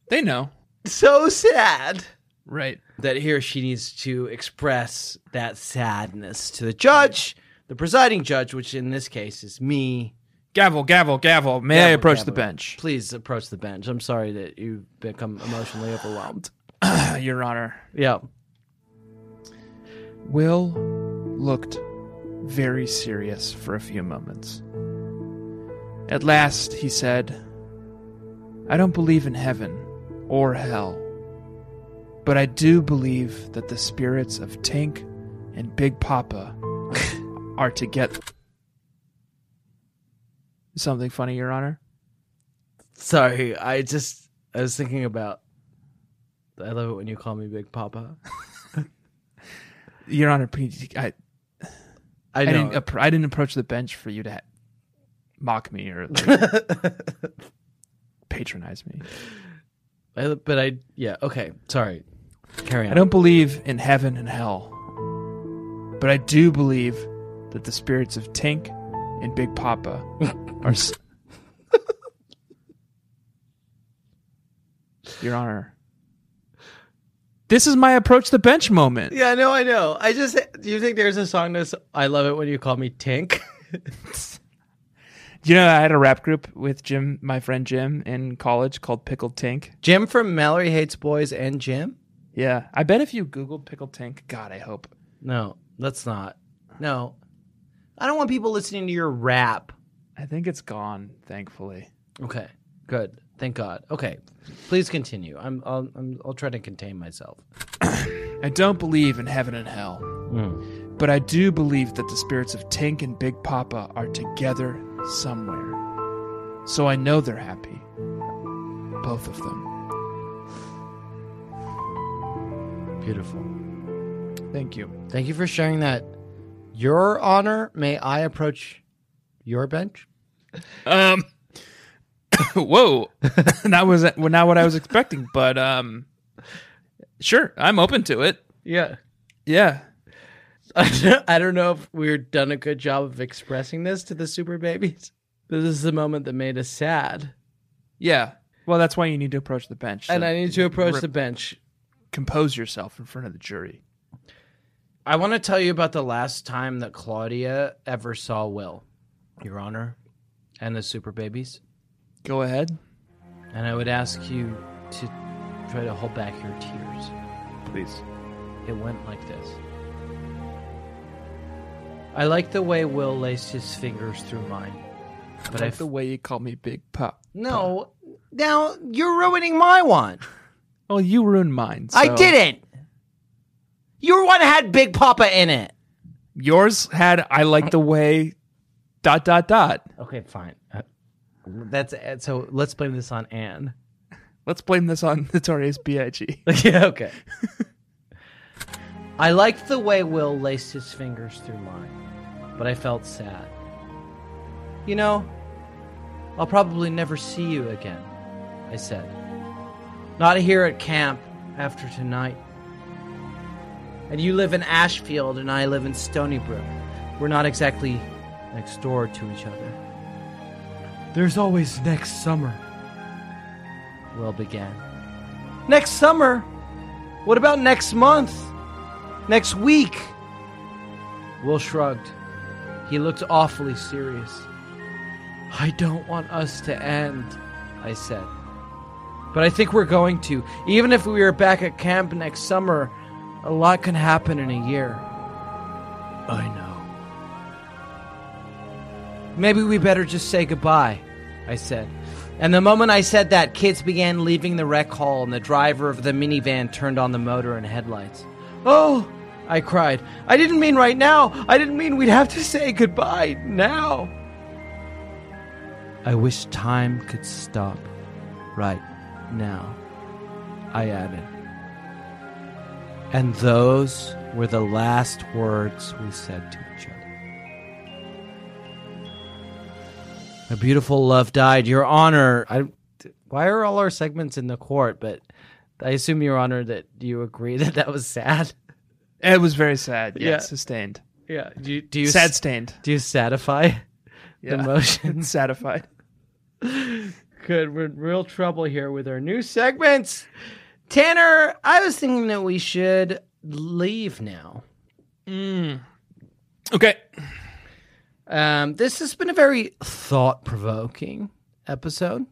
[SPEAKER 4] They know.
[SPEAKER 3] so sad
[SPEAKER 4] Right.
[SPEAKER 3] that he or she needs to express that sadness to the judge, the presiding judge, which in this case is me.
[SPEAKER 4] Gavel, gavel, gavel. May I
[SPEAKER 3] Gavel,
[SPEAKER 4] approach the
[SPEAKER 3] gavel.
[SPEAKER 4] bench? [clears throat]
[SPEAKER 3] Please approach the bench. I'm sorry that you've become emotionally overwhelmed.
[SPEAKER 4] Uh, Your Honor.
[SPEAKER 3] Yeah.
[SPEAKER 4] Will looked very serious for a few moments. At last, he said, I don't believe in heaven or hell, but I do believe that the spirits of Tink and Big Papa are together. Something funny, Your Honor?
[SPEAKER 3] Sorry. I just, I was thinking about, I love it when you call me Big Papa.
[SPEAKER 4] Your Honor, please, I,
[SPEAKER 3] I
[SPEAKER 4] I,
[SPEAKER 3] know.
[SPEAKER 4] didn't. appro I didn't approach the bench for you to ha- mock me or like, patronize me.
[SPEAKER 3] I- but I, yeah, okay. Sorry. Carry on.
[SPEAKER 4] I don't believe in heaven and hell, but I do believe that the spirits of Tink and Big Papa are. S- Your Honor, this is my approach the bench moment.
[SPEAKER 3] Yeah, no, I know. I just do you think there's a song that's I love it when you call me Tink? [laughs]
[SPEAKER 4] You know, I had a rap group with Jim, my friend Jim, in college called Pickled Tink.
[SPEAKER 3] Jim from Mallory Hates Boys and Jim?
[SPEAKER 4] Yeah, I bet if you Googled Pickle Tank, God, I hope.
[SPEAKER 3] No, that's not. No. I don't want people listening to your rap.
[SPEAKER 4] I think it's gone, thankfully.
[SPEAKER 3] Okay. Good. Thank God. Okay. Please continue. I'm I'll I'm, I'll try to contain myself.
[SPEAKER 4] I don't believe in heaven and hell,
[SPEAKER 3] Hmm,
[SPEAKER 4] but I do believe that the spirits of Tink and Big Papa are together somewhere. So I know they're happy. Both of them.
[SPEAKER 3] Beautiful.
[SPEAKER 4] Thank you.
[SPEAKER 3] Thank you for sharing that. Your honor, may I approach your bench? [coughs]
[SPEAKER 4] Um. Whoa, [laughs] that was well, not what I was expecting, but um, sure, I'm open to it.
[SPEAKER 3] Yeah.
[SPEAKER 4] Yeah,
[SPEAKER 3] [laughs] I don't know if we're done a good job of expressing this to the super babies. This is the moment that made us sad.
[SPEAKER 4] yeah. Well, that's why you need to approach the bench.
[SPEAKER 3] And
[SPEAKER 4] so
[SPEAKER 3] I need to approach
[SPEAKER 4] rip-
[SPEAKER 3] the bench.
[SPEAKER 4] compose yourself in front of the jury.
[SPEAKER 3] I want to tell you about the last time that Claudia ever saw Will, Your Honor, and the super babies.
[SPEAKER 4] Go ahead,
[SPEAKER 3] And I would ask you to try to hold back your tears.
[SPEAKER 4] please.
[SPEAKER 3] It went like this. I like the way Will laced his fingers through mine, but I
[SPEAKER 4] like the way you call me Big Pop.
[SPEAKER 9] No, now you're ruining my one.
[SPEAKER 4] Well, you ruined mine.
[SPEAKER 9] I
[SPEAKER 4] so-
[SPEAKER 9] didn't. Your one had Big Papa in it.
[SPEAKER 4] Yours had I like the way dot dot dot.
[SPEAKER 3] Okay, fine. Uh, That's uh, so. Let's blame this on Anne.
[SPEAKER 4] Let's blame this on [laughs] Notorious B.I.G.
[SPEAKER 3] [laughs] yeah. Okay. I liked the way Will laced his fingers through mine, but I felt sad. You know, I'll probably never see you again. I said. Not here at camp after tonight. And you live in Ashfield, and I live in Stony Brook. We're not exactly next door to each other. There's always next summer. Will began. Next summer? What about next month? Next week? Will shrugged. He looked awfully serious. I don't want us to end, I said. But I think we're going to. Even if we are back at camp next summer, a lot can happen in a year. I know. Maybe we better just say goodbye, I said. And the moment I said that, kids began leaving the rec hall, and the driver of the minivan turned on the motor and headlights. Oh, I cried. I didn't mean right now. I didn't mean we'd have to say goodbye now. I wish time could stop right now, I added. And those were the last words we said to each other. A beautiful love died. Your Honor, I, why are all our segments in the court? But I assume, Your Honor, that you agree that that was sad.
[SPEAKER 4] It was very sad. Yeah,
[SPEAKER 3] Yeah.
[SPEAKER 4] sustained.
[SPEAKER 3] Yeah. Do you, do you
[SPEAKER 4] sad stained.
[SPEAKER 3] Do you satisfy
[SPEAKER 4] Yeah.
[SPEAKER 3] the motion?
[SPEAKER 4] [laughs] Satified.
[SPEAKER 3] Good. We're in real trouble here with our new segments. Tanner, I was thinking that we should leave now.
[SPEAKER 4] Okay.
[SPEAKER 3] Um, this has been a very thought provoking episode.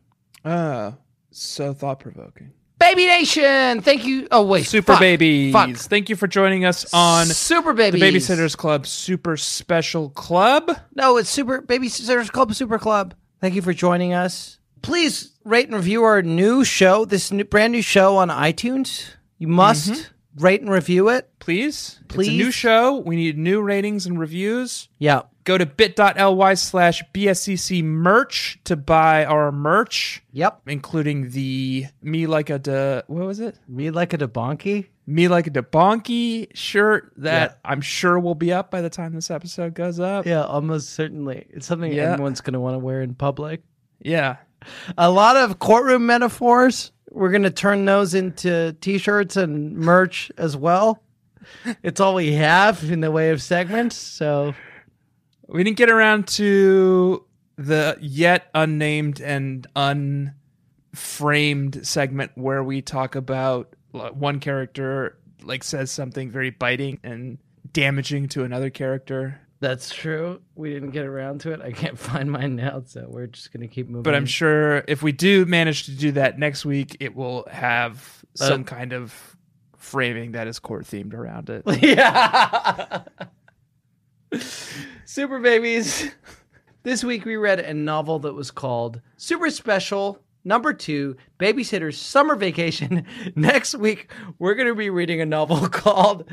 [SPEAKER 4] Uh, so thought provoking.
[SPEAKER 3] Baby Nation, thank you. Oh wait,
[SPEAKER 4] Super
[SPEAKER 3] fuck,
[SPEAKER 4] babies.
[SPEAKER 3] fuck.
[SPEAKER 4] Thank you for joining us on
[SPEAKER 3] Super
[SPEAKER 4] the
[SPEAKER 3] Babies,
[SPEAKER 4] Babysitters Club Super Special Club.
[SPEAKER 3] No, it's Super Babysitters Club Super Club. Thank you for joining us. Please rate and review our new show, this new, brand new show on iTunes. You must rate and review it.
[SPEAKER 4] Please. It's a
[SPEAKER 3] Please.
[SPEAKER 4] new show. We need new ratings and reviews.
[SPEAKER 3] Yeah.
[SPEAKER 4] Go to bit.ly slash BSCC merch to buy our merch,
[SPEAKER 3] Yep.
[SPEAKER 4] including the Me Like a De, what was it?
[SPEAKER 3] Me like a debonky.
[SPEAKER 4] Me Like a Debonky shirt that I'm sure will be up by the time this episode goes up.
[SPEAKER 3] Yeah, almost certainly. It's something
[SPEAKER 4] Yeah.
[SPEAKER 3] everyone's going to want to wear in public.
[SPEAKER 4] Yeah.
[SPEAKER 3] A lot of courtroom metaphors. We're going to turn those into t-shirts and merch as well. It's all we have in the way of segments. So
[SPEAKER 4] We didn't get around to the yet unnamed and unframed segment where we talk about like, one character like says something very biting and damaging to another character.
[SPEAKER 3] that's true. We didn't get around to it. I can't [laughs] find mine now, so we're just going to keep moving.
[SPEAKER 4] But I'm sure if we do manage to do that next week, it will have some kind of framing that is court themed
[SPEAKER 3] [laughs]
[SPEAKER 4] around it.
[SPEAKER 3] yeah. [laughs] Super Babies. This week we read a novel that was called Super Special Number Two Babysitter's Summer Vacation. [laughs] Next week we're going to be reading a novel [laughs] called,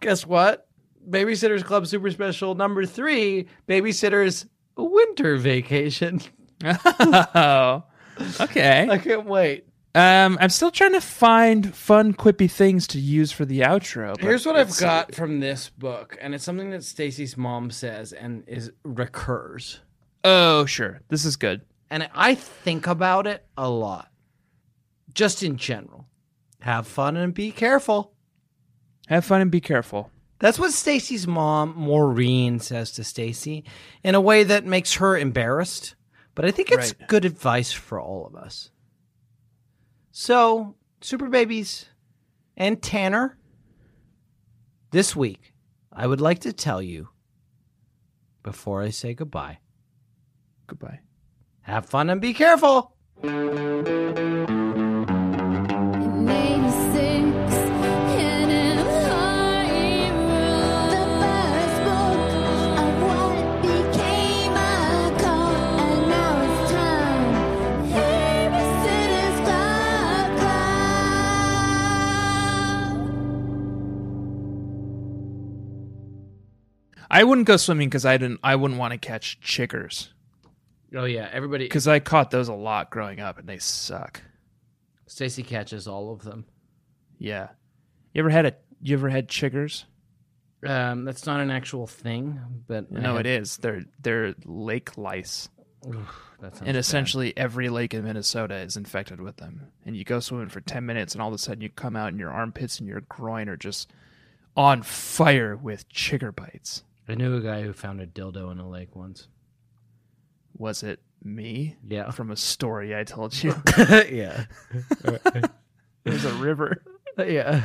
[SPEAKER 3] guess what? Babysitter's Club Super Special Number Three Babysitter's Winter Vacation. [laughs]
[SPEAKER 4] oh, okay.
[SPEAKER 3] I can't wait.
[SPEAKER 4] Um, I'm still trying to find fun, quippy things to use for the outro. but
[SPEAKER 3] Here's what I've
[SPEAKER 4] it's-
[SPEAKER 3] got from this book, and it's something that Stacy's mom says and is recurs.
[SPEAKER 4] Oh, sure. This is good.
[SPEAKER 3] and I think about it a lot, just in general. Have fun and be careful.
[SPEAKER 4] Have fun and be careful.
[SPEAKER 3] That's what Stacy's mom, Maureen, says to Stacy in a way that makes her embarrassed. But I think it's
[SPEAKER 4] Right.
[SPEAKER 3] good advice for all of us. So, Super Babies and Tanner, this week, I would like to tell you before I say goodbye
[SPEAKER 4] Goodbye.
[SPEAKER 3] have fun and be careful.
[SPEAKER 10] It made me sick, and it hurt.
[SPEAKER 4] I wouldn't go swimming because I didn't. I wouldn't want to catch chickers
[SPEAKER 5] Oh yeah, everybody.
[SPEAKER 4] because I caught those a lot growing up, and they suck.
[SPEAKER 5] Stacy catches all of them.
[SPEAKER 4] Yeah. You ever had a? You ever had chickers?
[SPEAKER 5] Um, that's not an actual thing, but
[SPEAKER 4] No, it is. They're they're lake lice,
[SPEAKER 5] That's
[SPEAKER 4] and essentially every lake in Minnesota is infected with them. And you go swimming for ten minutes, and all of a sudden you come out, and your armpits and your groin are just on fire with chicker bites.
[SPEAKER 5] I knew a guy who found a dildo in a lake once.
[SPEAKER 4] Was it me?
[SPEAKER 5] Yeah.
[SPEAKER 4] From a story I told you,
[SPEAKER 5] yeah,
[SPEAKER 4] it was a river.
[SPEAKER 5] [laughs] yeah.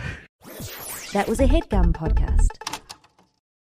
[SPEAKER 1] That was a headgum podcast.